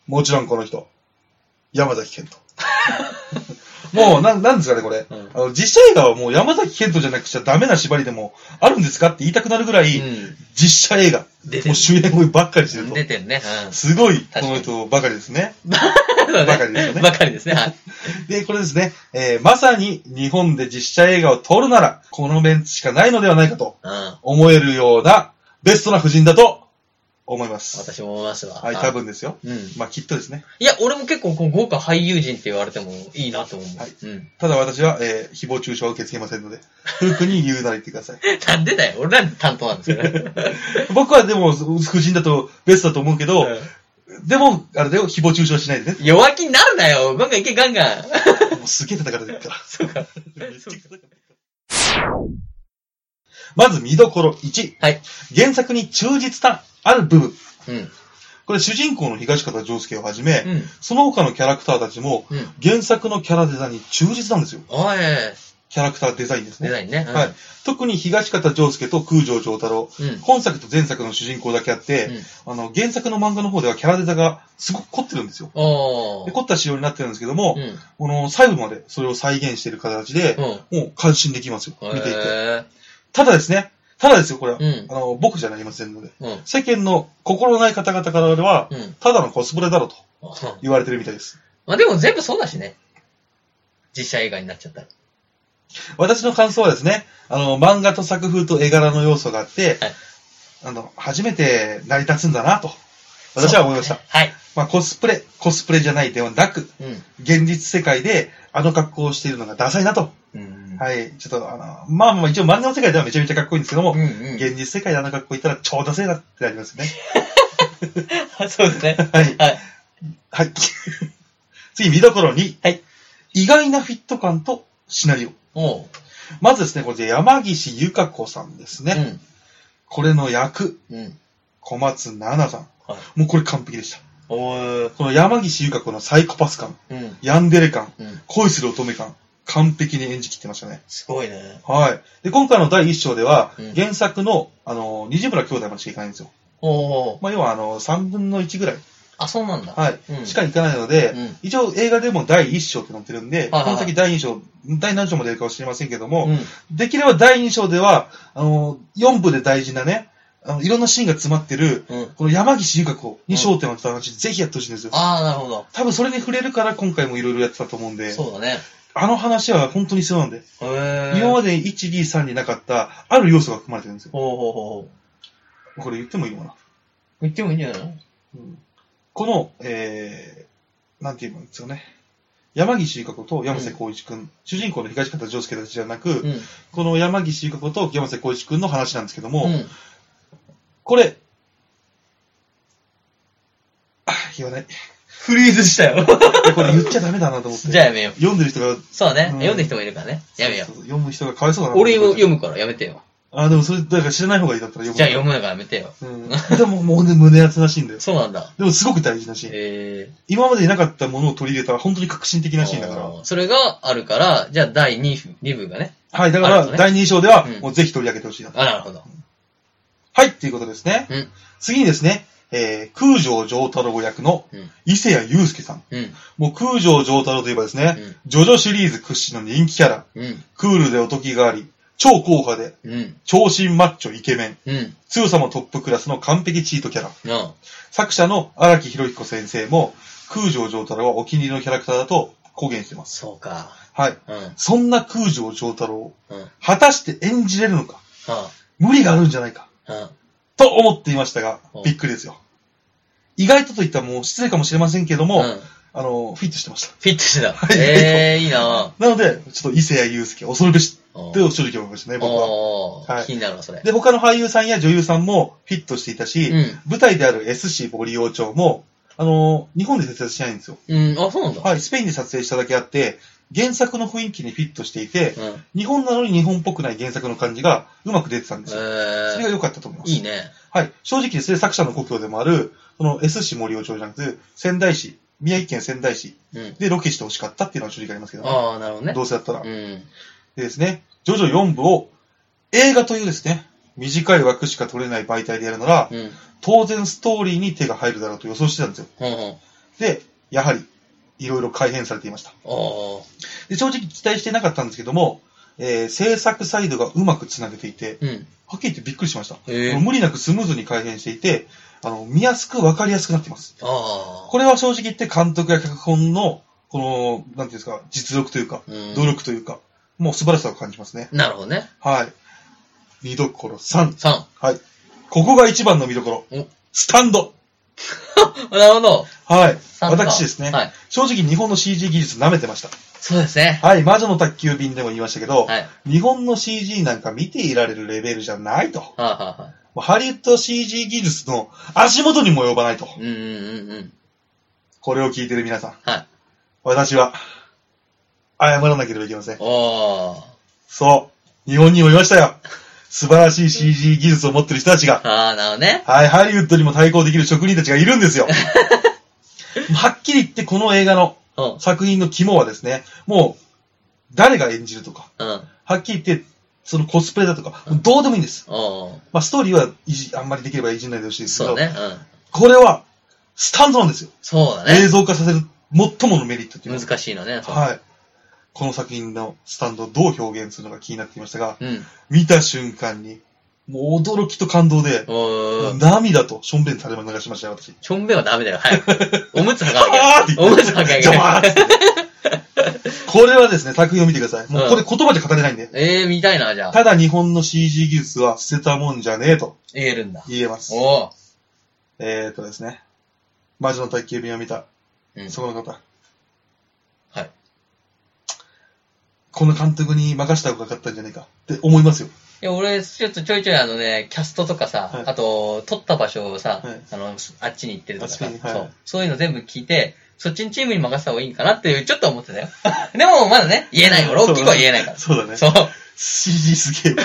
Speaker 2: もちろんこの人、山崎賢人。 もう、なん、なんですかね、これ。
Speaker 1: うん
Speaker 2: あの、実写映画はもう山崎賢人じゃなくちゃダメな縛りでもあるんですかって言いたくなるぐらい、
Speaker 1: う
Speaker 2: 実写映画、
Speaker 1: ん。出て
Speaker 2: もう主演声ばっかりしてる
Speaker 1: る。
Speaker 2: と。
Speaker 1: 出てるね。うん。
Speaker 2: すごい、
Speaker 1: 確
Speaker 2: こ
Speaker 1: か
Speaker 2: の
Speaker 1: に
Speaker 2: 人ばかりですね。
Speaker 1: そう
Speaker 2: ばかりですよね
Speaker 1: ばかりですね。はい。
Speaker 2: で、これですね、えーまさに日本で実写映画を撮るなら、このメンツしかないのではないかと
Speaker 1: うん。
Speaker 2: 思えるような、ベストな夫人だと思います。
Speaker 1: 私も思いますわ。
Speaker 2: はい、多。分ですよ。
Speaker 1: うん。
Speaker 2: まあ、きっとですね。
Speaker 1: いや、俺も結構、こう豪華俳優陣って言われてもいいなと思う。
Speaker 2: はい
Speaker 1: うん。
Speaker 2: ただ私は、えー誹謗中傷は受け付けませんので、夫婦に言うなりってください。
Speaker 1: なんでだよ。俺なんて担当なんですけど。
Speaker 2: 僕はでも、夫人だとベストだと思うけど、
Speaker 1: うん
Speaker 2: でも、あれだよ、誹謗中傷はしないでね。
Speaker 1: 弱気になるなよ。ガンガンいけ、ガンガン。
Speaker 2: もうすげえ叩かれてるから。
Speaker 1: そうか。
Speaker 2: めっちゃ叩かれてるまず見どころ1。
Speaker 1: はい
Speaker 2: 原作に忠実なある部分。
Speaker 1: うん。
Speaker 2: これ主人公の東方丈介をはじめ、
Speaker 1: うん。
Speaker 2: その他のキャラクターたちも
Speaker 1: うん。
Speaker 2: 原作のキャラデザインに忠実なんですよ。
Speaker 1: おい、
Speaker 2: キャラクターデザインです
Speaker 1: デ
Speaker 2: ね。
Speaker 1: ザインね。うん
Speaker 2: はい。特に東方丈介と空城丈太郎。
Speaker 1: うん。うん。
Speaker 2: 本作と前作の主人公だけあって、あの、原作の漫画の方ではキャラデザがすごく凝ってるんですよ。
Speaker 1: お
Speaker 2: で
Speaker 1: ー。
Speaker 2: 凝った仕様になってるんですけども、
Speaker 1: うん。うん。
Speaker 2: この細部までそれを再現している形で、もう感心できますよ。見ていて。
Speaker 1: へ
Speaker 2: ただですね、ただですよ、これは
Speaker 1: ー。。うん。
Speaker 2: あの、僕じゃなりませんので。
Speaker 1: うん。
Speaker 2: 世間の心ない方々からは、
Speaker 1: うん。
Speaker 2: ただのコスプレだろと
Speaker 1: あ
Speaker 2: 言われてるみたいです。
Speaker 1: まあでも全部そうだしね。実写映画になっちゃったら。
Speaker 2: 私の感想はですね、あの、漫画と作風と絵柄の要素があって、
Speaker 1: はい
Speaker 2: あの、初めて成り立つんだなと、私は思いました。
Speaker 1: そうね
Speaker 2: まあ、コスプレ、コスプレじゃないではなく、
Speaker 1: はい。
Speaker 2: 現実世界であの格好をしているのがダサいなと。
Speaker 1: うん。うん。
Speaker 2: はい。ちょっと、あの、まあまあ一応漫画の世界ではめちゃめちゃかっこいいんですけども、
Speaker 1: うんうん
Speaker 2: 現実世界であの格好いたら超ダサいなってなりますね。
Speaker 1: そうですね。
Speaker 2: はい。
Speaker 1: はい。
Speaker 2: はい。 次、見どころに、
Speaker 1: はい
Speaker 2: 意外なフィット感とシナリオ。
Speaker 1: おう。
Speaker 2: まずですね、こちら山岸由香子さんですね。これの役、
Speaker 1: うん。うん。
Speaker 2: 小松菜奈さん。
Speaker 1: はい。
Speaker 2: もうこれ完璧でした。
Speaker 1: おー。
Speaker 2: この山岸由香子のサイコパス感、
Speaker 1: うん。
Speaker 2: ヤンデレ感、
Speaker 1: うん。
Speaker 2: 恋する乙女感、完璧に演じきってましたね。
Speaker 1: すごいね。
Speaker 2: はい。で、今回の第1章では、
Speaker 1: うん
Speaker 2: 原作の、あの、西村兄弟までしかいかないんですよ。
Speaker 1: おー。
Speaker 2: まあ、要は、あの、3分の1ぐらい、
Speaker 1: あ、そうなんだ。
Speaker 2: はい、
Speaker 1: うん
Speaker 2: しかいかないので、
Speaker 1: うん。
Speaker 2: 一応映画でも第1章って載ってるんで、
Speaker 1: はいはい
Speaker 2: この先第2章、第何章までやるかは知りませんけども、
Speaker 1: うん。
Speaker 2: できれば第2章では、あの、4部で大事なね、あのいろんなシーンが詰まってる、
Speaker 1: うん。
Speaker 2: この山岸優香子に焦点を当てた話、ぜひやってほしいんですよ。
Speaker 1: あー、なるほど。
Speaker 2: 多分それに触れるから今回もいろいろやってたと思うんで、
Speaker 1: そうだね。
Speaker 2: あの話は本当に必要なんで、
Speaker 1: へー。
Speaker 2: 今まで1、2、3になかった、ある要素が含まれてるんですよ。
Speaker 1: ほうほうほうほう。
Speaker 2: これ言ってもいいのかな。
Speaker 1: 言ってもいいんじゃないの
Speaker 2: うんこの、えー、なんて言うんですかね。山岸優香子と山瀬浩一君、主人公の東方丈介たちじゃなく、
Speaker 1: うん。
Speaker 2: この山岸優香子と山瀬浩一君の話なんですけども、
Speaker 1: うん。
Speaker 2: これ、あ、言わない。
Speaker 1: フリーズしたよ。
Speaker 2: でこれ言っちゃダメだなと思っ て。
Speaker 1: じゃあやめよう。
Speaker 2: 読んでる人が、
Speaker 1: そうね。
Speaker 2: うん
Speaker 1: 読んでる人がいるからね。やめよ
Speaker 2: そうそう読む人がかわいそうだ
Speaker 1: う。
Speaker 2: な。
Speaker 1: 俺も読むからやめてよ。
Speaker 2: あ、でもそれ、だから知らない方がいいだったら読む。
Speaker 1: じゃあ読むのからやめてよ。
Speaker 2: うん。でも、もうね、胸熱なシーンだよ。
Speaker 1: そうなんだ。
Speaker 2: でも、すごく大事なシーン。
Speaker 1: えー。
Speaker 2: 今までになかったものを取り入れた、本当に革新的なシーンだから。
Speaker 1: それがあるから、じゃあ第 2, 2部がね。
Speaker 2: はい、だか
Speaker 1: なる
Speaker 2: ら、
Speaker 1: ほどね
Speaker 2: 第2章では
Speaker 1: う、ん
Speaker 2: もうぜひ取り上げてほしいなと。
Speaker 1: あ、なるほど。
Speaker 2: はい、っていうことですね。
Speaker 1: うん
Speaker 2: 次にですね、えー、空城城太郎役の
Speaker 1: うん、
Speaker 2: 伊勢谷友介さん。
Speaker 1: うん。
Speaker 2: もう空城城太郎といえばですね、
Speaker 1: う
Speaker 2: ジョジョシリーズ屈指の人気キャラ、
Speaker 1: ん。うん。
Speaker 2: クールでおとぎがあり、超硬派で、
Speaker 1: うん。
Speaker 2: 超新マッチョイケメン、
Speaker 1: うん。
Speaker 2: 強さもトップクラスの完璧チートキャラ。
Speaker 1: なあ。
Speaker 2: 作者の荒木博彦先生も、空城城太郎はお気に入りのキャラクターだと公言してます。
Speaker 1: そうか。
Speaker 2: はい。
Speaker 1: うん。うん。
Speaker 2: そんな空城城太郎を、
Speaker 1: うん。
Speaker 2: 果たして演じれるのか、無理があるんじゃないか、
Speaker 1: うん。
Speaker 2: と思っていましたが
Speaker 1: うん、
Speaker 2: びっくりですよ。意外とといったらもう失礼かもしれませんけども、
Speaker 1: うん。
Speaker 2: あの、フィットしてまし
Speaker 1: フ
Speaker 2: た。
Speaker 1: ィットしてた
Speaker 2: は。い
Speaker 1: ええー、いいな
Speaker 2: なので、ちょっと伊勢谷友介、恐るべし、
Speaker 1: お
Speaker 2: と正直思いましたね、僕は。
Speaker 1: お
Speaker 2: は
Speaker 1: ー
Speaker 2: い
Speaker 1: 気になるな、それ。
Speaker 2: で、他の俳優さんや女優さんもフィットしていたし、
Speaker 1: うん。
Speaker 2: 舞台である S ボリ王朝も、あのー日本で設立しないんですよ。
Speaker 1: うん。あ、そうなんだ。
Speaker 2: はい、スペインで撮影しただけあって、原作の雰囲気にフィットしていて、
Speaker 1: うん。
Speaker 2: 日本なのに日本っぽくない原作の感じがうまく出てたんですよ。それ
Speaker 1: え
Speaker 2: が良かったと思いま
Speaker 1: ー、
Speaker 2: す。
Speaker 1: いいね。
Speaker 2: はい、正直ですね、作者の故郷でもある、その S 市森王朝じゃなくて、仙台市、宮城県仙台市
Speaker 1: うん。
Speaker 2: でロケしてほしかったっていうのは正直ありますけど、
Speaker 1: ああ、なるほどね
Speaker 2: ど。うせだったら。
Speaker 1: うん。
Speaker 2: でですね、ジョジョ4部を映画というですね、短い枠しか取れない媒体でやるなら、
Speaker 1: うん。
Speaker 2: 当然ストーリーに手が入るだろうと予想してたんですよ。
Speaker 1: ほんほん。
Speaker 2: で、やはり、いろいろ改変されていました。
Speaker 1: あ
Speaker 2: で、正直期待してなかったんですけども、えー制作サイドがうまくつなげていて、
Speaker 1: あ。うん。
Speaker 2: はっきり言ってびっくりしました。
Speaker 1: ええ
Speaker 2: 無理なくスムーズに改変していて、あの、見やすくわかりやすくなっています。
Speaker 1: ああ。
Speaker 2: これは正直言って監督や脚本の、この、なんていうんですか、実力というか、
Speaker 1: うん
Speaker 2: 努力というか、もう素晴らしさを感じますね。
Speaker 1: なるほどね。
Speaker 2: はい。見どころ3。
Speaker 1: 3。
Speaker 2: はい。ここが一番の見どころ
Speaker 1: お。
Speaker 2: スタンド。
Speaker 1: なるほど。
Speaker 2: はい。
Speaker 1: 三か
Speaker 2: 私ですね、
Speaker 1: はい。
Speaker 2: 正直日本の CG 技術舐めてました。
Speaker 1: そうですね。
Speaker 2: はい。魔女の宅急便でも言いましたけど、
Speaker 1: はい。は
Speaker 2: 日本の CG なんか見ていられるレベルじゃないと。も
Speaker 1: あ、はあはあ、
Speaker 2: うハリウッド CG 技術の足元にも及ばないと。
Speaker 1: うんうんうんうん。
Speaker 2: これを聞いてる皆さん。
Speaker 1: はい。
Speaker 2: 私は、謝らなければいけません。
Speaker 1: おー。
Speaker 2: そう。日本にもいましたよ。素晴らしい CG 技術を持ってる人たちが。
Speaker 1: ああ、なるほどね。
Speaker 2: はい、ハリウッドにも対抗できる職人たちがいる んですよ。はっきり言ってこの映画の
Speaker 1: うん。
Speaker 2: 作品の肝はですね、もう、誰が演じるとか、
Speaker 1: うん。
Speaker 2: はっきり言って、そのコスプレだとか、どうでもいいんです。
Speaker 1: おー。
Speaker 2: まあ、ストーリーはいじ、あんまりできればいじんないでほしいですけ
Speaker 1: そう
Speaker 2: ど、
Speaker 1: ね。うん。
Speaker 2: これは、スタンドなんですよ。
Speaker 1: そうだ
Speaker 2: 映
Speaker 1: ね。
Speaker 2: 像化させる最ものメリットっていうのは
Speaker 1: 難しいのね。そう
Speaker 2: はい。この作品のスタンドをどう表現するのか気になっていましたが、
Speaker 1: うん。
Speaker 2: 見た瞬間に、もう驚きと感動で、
Speaker 1: おー。
Speaker 2: 涙としょんべん垂れ流しましたよ、私。
Speaker 1: ちょんべんはダメだよ。はい。 おむつはかなきゃ。
Speaker 2: あーって
Speaker 1: おむつはかなきゃいけ
Speaker 2: ジャ
Speaker 1: な
Speaker 2: バ
Speaker 1: い。
Speaker 2: ーって。これはですね、作品を見てください。もうこれ言葉で語れないんで。
Speaker 1: ええー、見たいな、じゃあ。
Speaker 2: ただ日本の CG 技術は捨てたもんじゃねえと
Speaker 1: 言えるんだ。
Speaker 2: 言えます。
Speaker 1: おー。
Speaker 2: えーっとですね。魔女の宅急便を見た、
Speaker 1: うん。
Speaker 2: そこの方。
Speaker 1: はい。
Speaker 2: この監督に任した方が良かったんじゃないかって思いますよ。
Speaker 1: いや、俺、ちょっとちょいちょいあのね、キャストとかさ、
Speaker 2: はい
Speaker 1: あと、撮った場所をさ、
Speaker 2: はい
Speaker 1: あの、あっちに行ってるとかさ、
Speaker 2: あっちにはい
Speaker 1: そう、そういうの全部聞いて、そっちのチームに任せた方がいいんかなっていう、ちょっと思ってたよ。 でも、まだね、言えないから、大きくは言えないから。
Speaker 2: そうだね。
Speaker 1: そう。
Speaker 2: CG すげえ。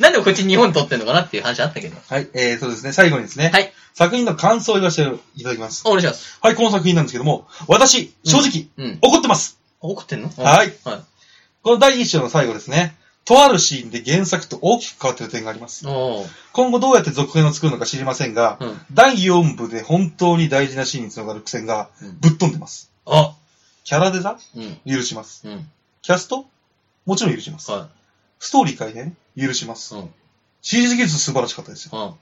Speaker 1: なんでこっち日本撮ってんのかなっていう話あったけど。
Speaker 2: はい、えー、そうですね、最後にですね、
Speaker 1: はい
Speaker 2: 作品の感想を言わせていただきます。
Speaker 1: お願いします。
Speaker 2: はい、この作品なんですけども、私、正直、
Speaker 1: うん。
Speaker 2: 怒ってます
Speaker 1: 怒ってんの
Speaker 2: はい。
Speaker 1: は
Speaker 2: この第1章の最後ですね、とあるシーンで原作と大きく変わっている点があります。
Speaker 1: い。おー。
Speaker 2: 今後どうやって続編を作るのか知りませんが、
Speaker 1: うん。
Speaker 2: 第4部で本当に大事なシーンにつながる苦戦が
Speaker 1: うん
Speaker 2: ぶっ飛んでます。
Speaker 1: あ
Speaker 2: キャラデザ
Speaker 1: うん。
Speaker 2: 許します。
Speaker 1: うん。
Speaker 2: キャストもちろん許します。
Speaker 1: は
Speaker 2: ストーリー改変許しま
Speaker 1: い。
Speaker 2: す。
Speaker 1: うん。
Speaker 2: CG 技術素晴らしかったですよ。
Speaker 1: うん。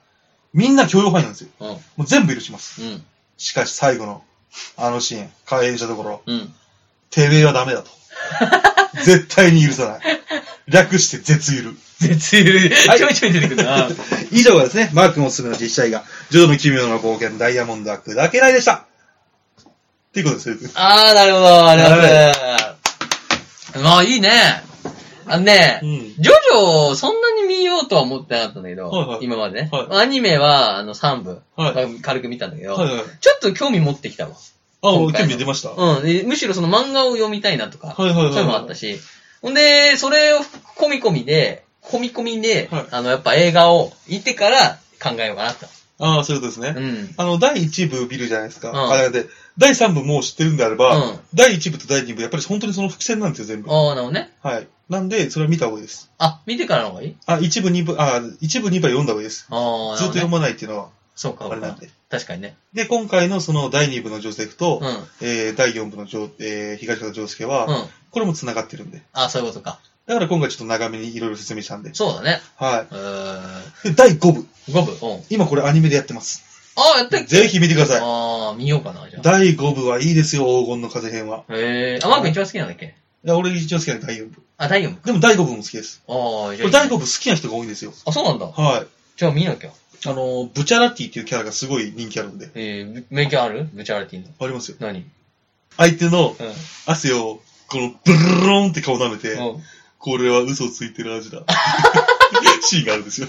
Speaker 2: みんな許容範囲なんですよ。
Speaker 1: うん。
Speaker 2: もう全部許します。
Speaker 1: うん。
Speaker 2: しかし最後のあのシーン、開演したところ、
Speaker 1: うん。
Speaker 2: てめえは ダメだと。絶対に許さない。略して絶ゆる。
Speaker 1: 絶対、
Speaker 2: はい
Speaker 1: ちょいちょい出てくるな。
Speaker 2: 以上がですね、マー君おすすめの実写映画、ジョジョの奇妙な冒険、ダイヤモンドは砕けないでした。っていうことですよ。
Speaker 1: あー、なるほど、ありがとうございます。まあ、いいね。あのね、
Speaker 2: ん。
Speaker 1: ジョジョ、そんなに見ようとは思ってなかったんだけど、
Speaker 2: はいはい
Speaker 1: 今までね。
Speaker 2: はい
Speaker 1: アニメは、あの、3部、
Speaker 2: はい
Speaker 1: まあ軽く見たんだけど、
Speaker 2: はいはい。
Speaker 1: ちょっと興味持ってきたわ。
Speaker 2: あ、
Speaker 1: 今回の
Speaker 2: 興味出ました。は
Speaker 1: うんで。むしろその漫画を読みたいなとか、
Speaker 2: いはいはい。
Speaker 1: そういうのもあったし。ほんで、それを込み込みで、込み込みで、
Speaker 2: はい
Speaker 1: あの、やっぱ映画を見てから考えようかなと。
Speaker 2: ああ、そういうことですね。
Speaker 1: うん。
Speaker 2: あの、第1部見るじゃないですか。
Speaker 1: うん
Speaker 2: あれで、第3部もう知ってるんであれば、
Speaker 1: うん
Speaker 2: 第1部と第2部、やっぱり本当にその伏線なんですよ、全部。
Speaker 1: ああ、なるほどね。
Speaker 2: はい。なんで、それは見た方がいいです。
Speaker 1: あ、見てからの方がいい
Speaker 2: あ、1部、2部、あ、一部、2部は読んだ方がいいです。
Speaker 1: ああ、な
Speaker 2: ずっ
Speaker 1: るほど、
Speaker 2: と読
Speaker 1: ね。
Speaker 2: まないっていうのは、
Speaker 1: そうか、
Speaker 2: あれなん
Speaker 1: そう
Speaker 2: で。
Speaker 1: か確かにね。
Speaker 2: で、今回のその第2部のジョセフと、
Speaker 1: うん。うん。
Speaker 2: えー第4部のジョ、えー東方丈介は、これも繋がってるんで。
Speaker 1: あそういうことか。
Speaker 2: だから今回ちょっと長めにいろいろ説明したんで。
Speaker 1: そうだね。
Speaker 2: は
Speaker 1: うー
Speaker 2: い。で、第5部。
Speaker 1: ん。5部。うん。
Speaker 2: 今これアニメでやってます。
Speaker 1: ああ、やったっけ
Speaker 2: ぜひ見てください。
Speaker 1: ああ、見ようかな、じゃあ。
Speaker 2: 第5部はいいですよ、黄金の風編は。
Speaker 1: へえ。あ、マーク一番好きなんだっけ
Speaker 2: いや、俺一応好きなの第4部。
Speaker 1: あ、第4部。
Speaker 2: でも第5部も好きです。
Speaker 1: ああ、じ
Speaker 2: こ
Speaker 1: ゃあい
Speaker 2: れ
Speaker 1: いね。
Speaker 2: 第5部好きな人が多いんですよ。
Speaker 1: あ、そうなんだ。
Speaker 2: はい。
Speaker 1: じゃあ見なきゃ。
Speaker 2: あの、ブチャラティっていうキャラがすごい人気あるんで。
Speaker 1: えー、免許あるブチャラティの。
Speaker 2: ありますよ。
Speaker 1: 何
Speaker 2: 相手の
Speaker 1: うん。
Speaker 2: 汗を、この、ブルルルンって顔舐めて、
Speaker 1: うん
Speaker 2: これは嘘ついてる 味だ。シーンがあるんですよ。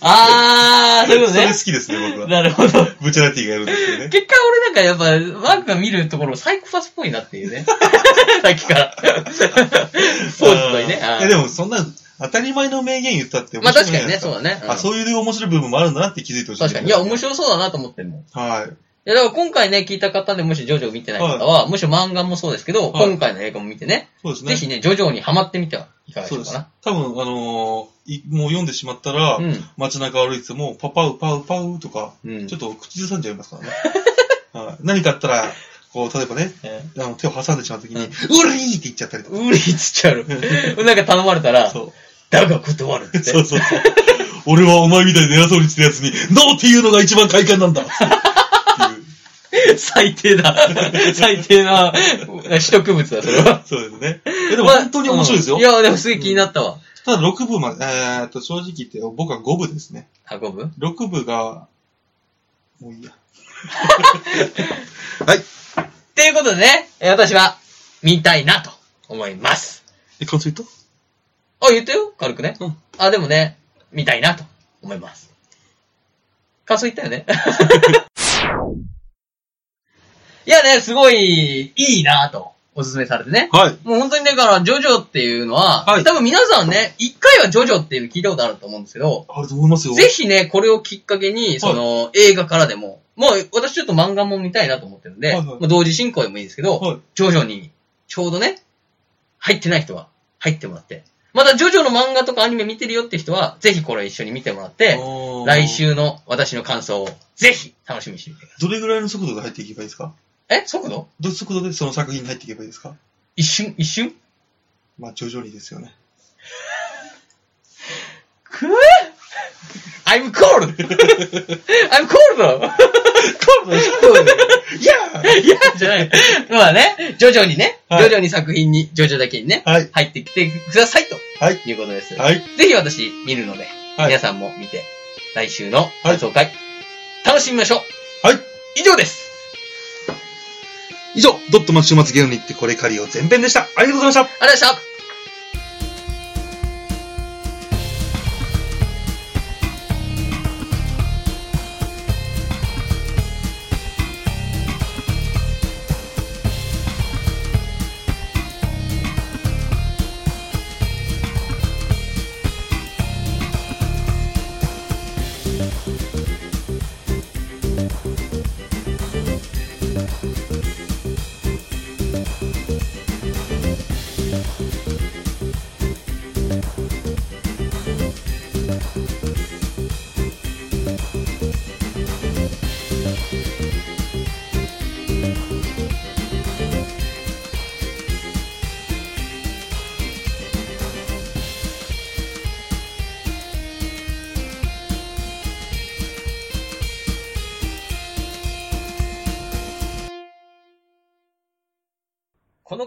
Speaker 1: あー、そういうこと
Speaker 2: それ
Speaker 1: ね
Speaker 2: 好。きですね、僕は。
Speaker 1: なるほど。
Speaker 2: ブチャラティがやるんですよね。
Speaker 1: 結果俺なんかやっぱ、マークが見るところサイコパスっぽいなっていうね。 さっきから。 そうっぽいね。
Speaker 2: あーいや、でもそんな、当たり前の名言言ったって
Speaker 1: まあ
Speaker 2: 面白
Speaker 1: 確か
Speaker 2: くない
Speaker 1: に
Speaker 2: で
Speaker 1: ね、
Speaker 2: すか。
Speaker 1: そうだね。うん
Speaker 2: あ、そういう面白い部分もあるんだなって気づいてほしい。
Speaker 1: 確かに。いや、面白そうだなと思ってんもん。い
Speaker 2: い。はい。
Speaker 1: や、だから今回ね、聞いた方でもしジョジョ見てない方は、むしろ漫画もそうですけど、
Speaker 2: はい
Speaker 1: 今回の映画も見てね、
Speaker 2: そうですね。
Speaker 1: ぜひね、ジョジョにハマってみてはいかがでし
Speaker 2: そう
Speaker 1: ょう
Speaker 2: です
Speaker 1: かな。。
Speaker 2: 多分、あのーいもう読んでしまったら、
Speaker 1: うん。
Speaker 2: 街中歩いてても、パパウパウパウとか、
Speaker 1: うん
Speaker 2: ちょっと口ずさんじゃいま すからね。はい何かあったら、こう、例えばね、あの手を挟んでしまった時に、
Speaker 1: うん
Speaker 2: うるいって言っちゃったりとか。
Speaker 1: うりつっちゃう。 なんか頼まれたら、
Speaker 2: そ
Speaker 1: だが断るっ
Speaker 2: う。
Speaker 1: て
Speaker 2: そ。うそうそう。俺はお前みたいに偉そうにしてるやつに、ノーっていうのが一番快感なん だっていう
Speaker 1: 最低 だ。最低な、取得物だ、それは。
Speaker 2: そうですね。えでも本当に面白いですよ。
Speaker 1: まあうんいや、でもすげえ気になったわ。
Speaker 2: ただ6部まで、えーっと、正直言って僕は5部ですね。
Speaker 1: 運ぶ
Speaker 2: 6部が、もういいや。はい。
Speaker 1: っていうことでね、えー私は、見たいなと思います。
Speaker 2: え、感想言っ
Speaker 1: あ、言ったよ軽くね。
Speaker 2: うん
Speaker 1: あ、でもね、見たいなと思います。感想言ったよ ねいやね、すごい、いいなと、おすすめされてね。
Speaker 2: たはい。
Speaker 1: もう本当にだから、ジョジョっていうのは、
Speaker 2: はい
Speaker 1: 多分皆さんね、一回はジョジョっていうの聞いたことあると思うんですけど、
Speaker 2: あると思いますよ。
Speaker 1: ぜひね、これをきっかけに、その、映画からでも、もう私ちょっと漫画も見たいなと思ってるんで、
Speaker 2: はいはい
Speaker 1: もう同時進行でもいいですけど、
Speaker 2: はい
Speaker 1: ジョジョに、ちょうどね、入ってない人は入ってもらって、まだジョジョの漫画とかアニメ見てるよって人は、ぜひこれ一緒に見てもらって、
Speaker 2: あー
Speaker 1: 来。週の私の感想を、ぜひ楽しみにしてみてくだ
Speaker 2: どれぐらいの速度で入っていけばいいですか
Speaker 1: さい。え速度
Speaker 2: ど速度でその作品に入っていけばいいですか
Speaker 1: 一瞬一瞬
Speaker 2: まあ、徐々にですよ ね。
Speaker 1: くぅ I'm cold! I'm cold!
Speaker 2: いや
Speaker 1: いや、じゃない。まあね、徐々にね、
Speaker 2: はい
Speaker 1: 徐々に作品に、徐々だけにね、
Speaker 2: はい。
Speaker 1: 入ってきてくださいと。
Speaker 2: はい
Speaker 1: いうことです。
Speaker 2: はい。
Speaker 1: ぜひ私、見るので、
Speaker 2: はい
Speaker 1: 皆さんも見て、来週の感想会、楽しみましょう
Speaker 2: はい。
Speaker 1: 以上です
Speaker 2: 以上、ドットマン週末ゲームに行ってこれ借りを前編でした。ありがとうございました。
Speaker 1: ありがとうございましたこの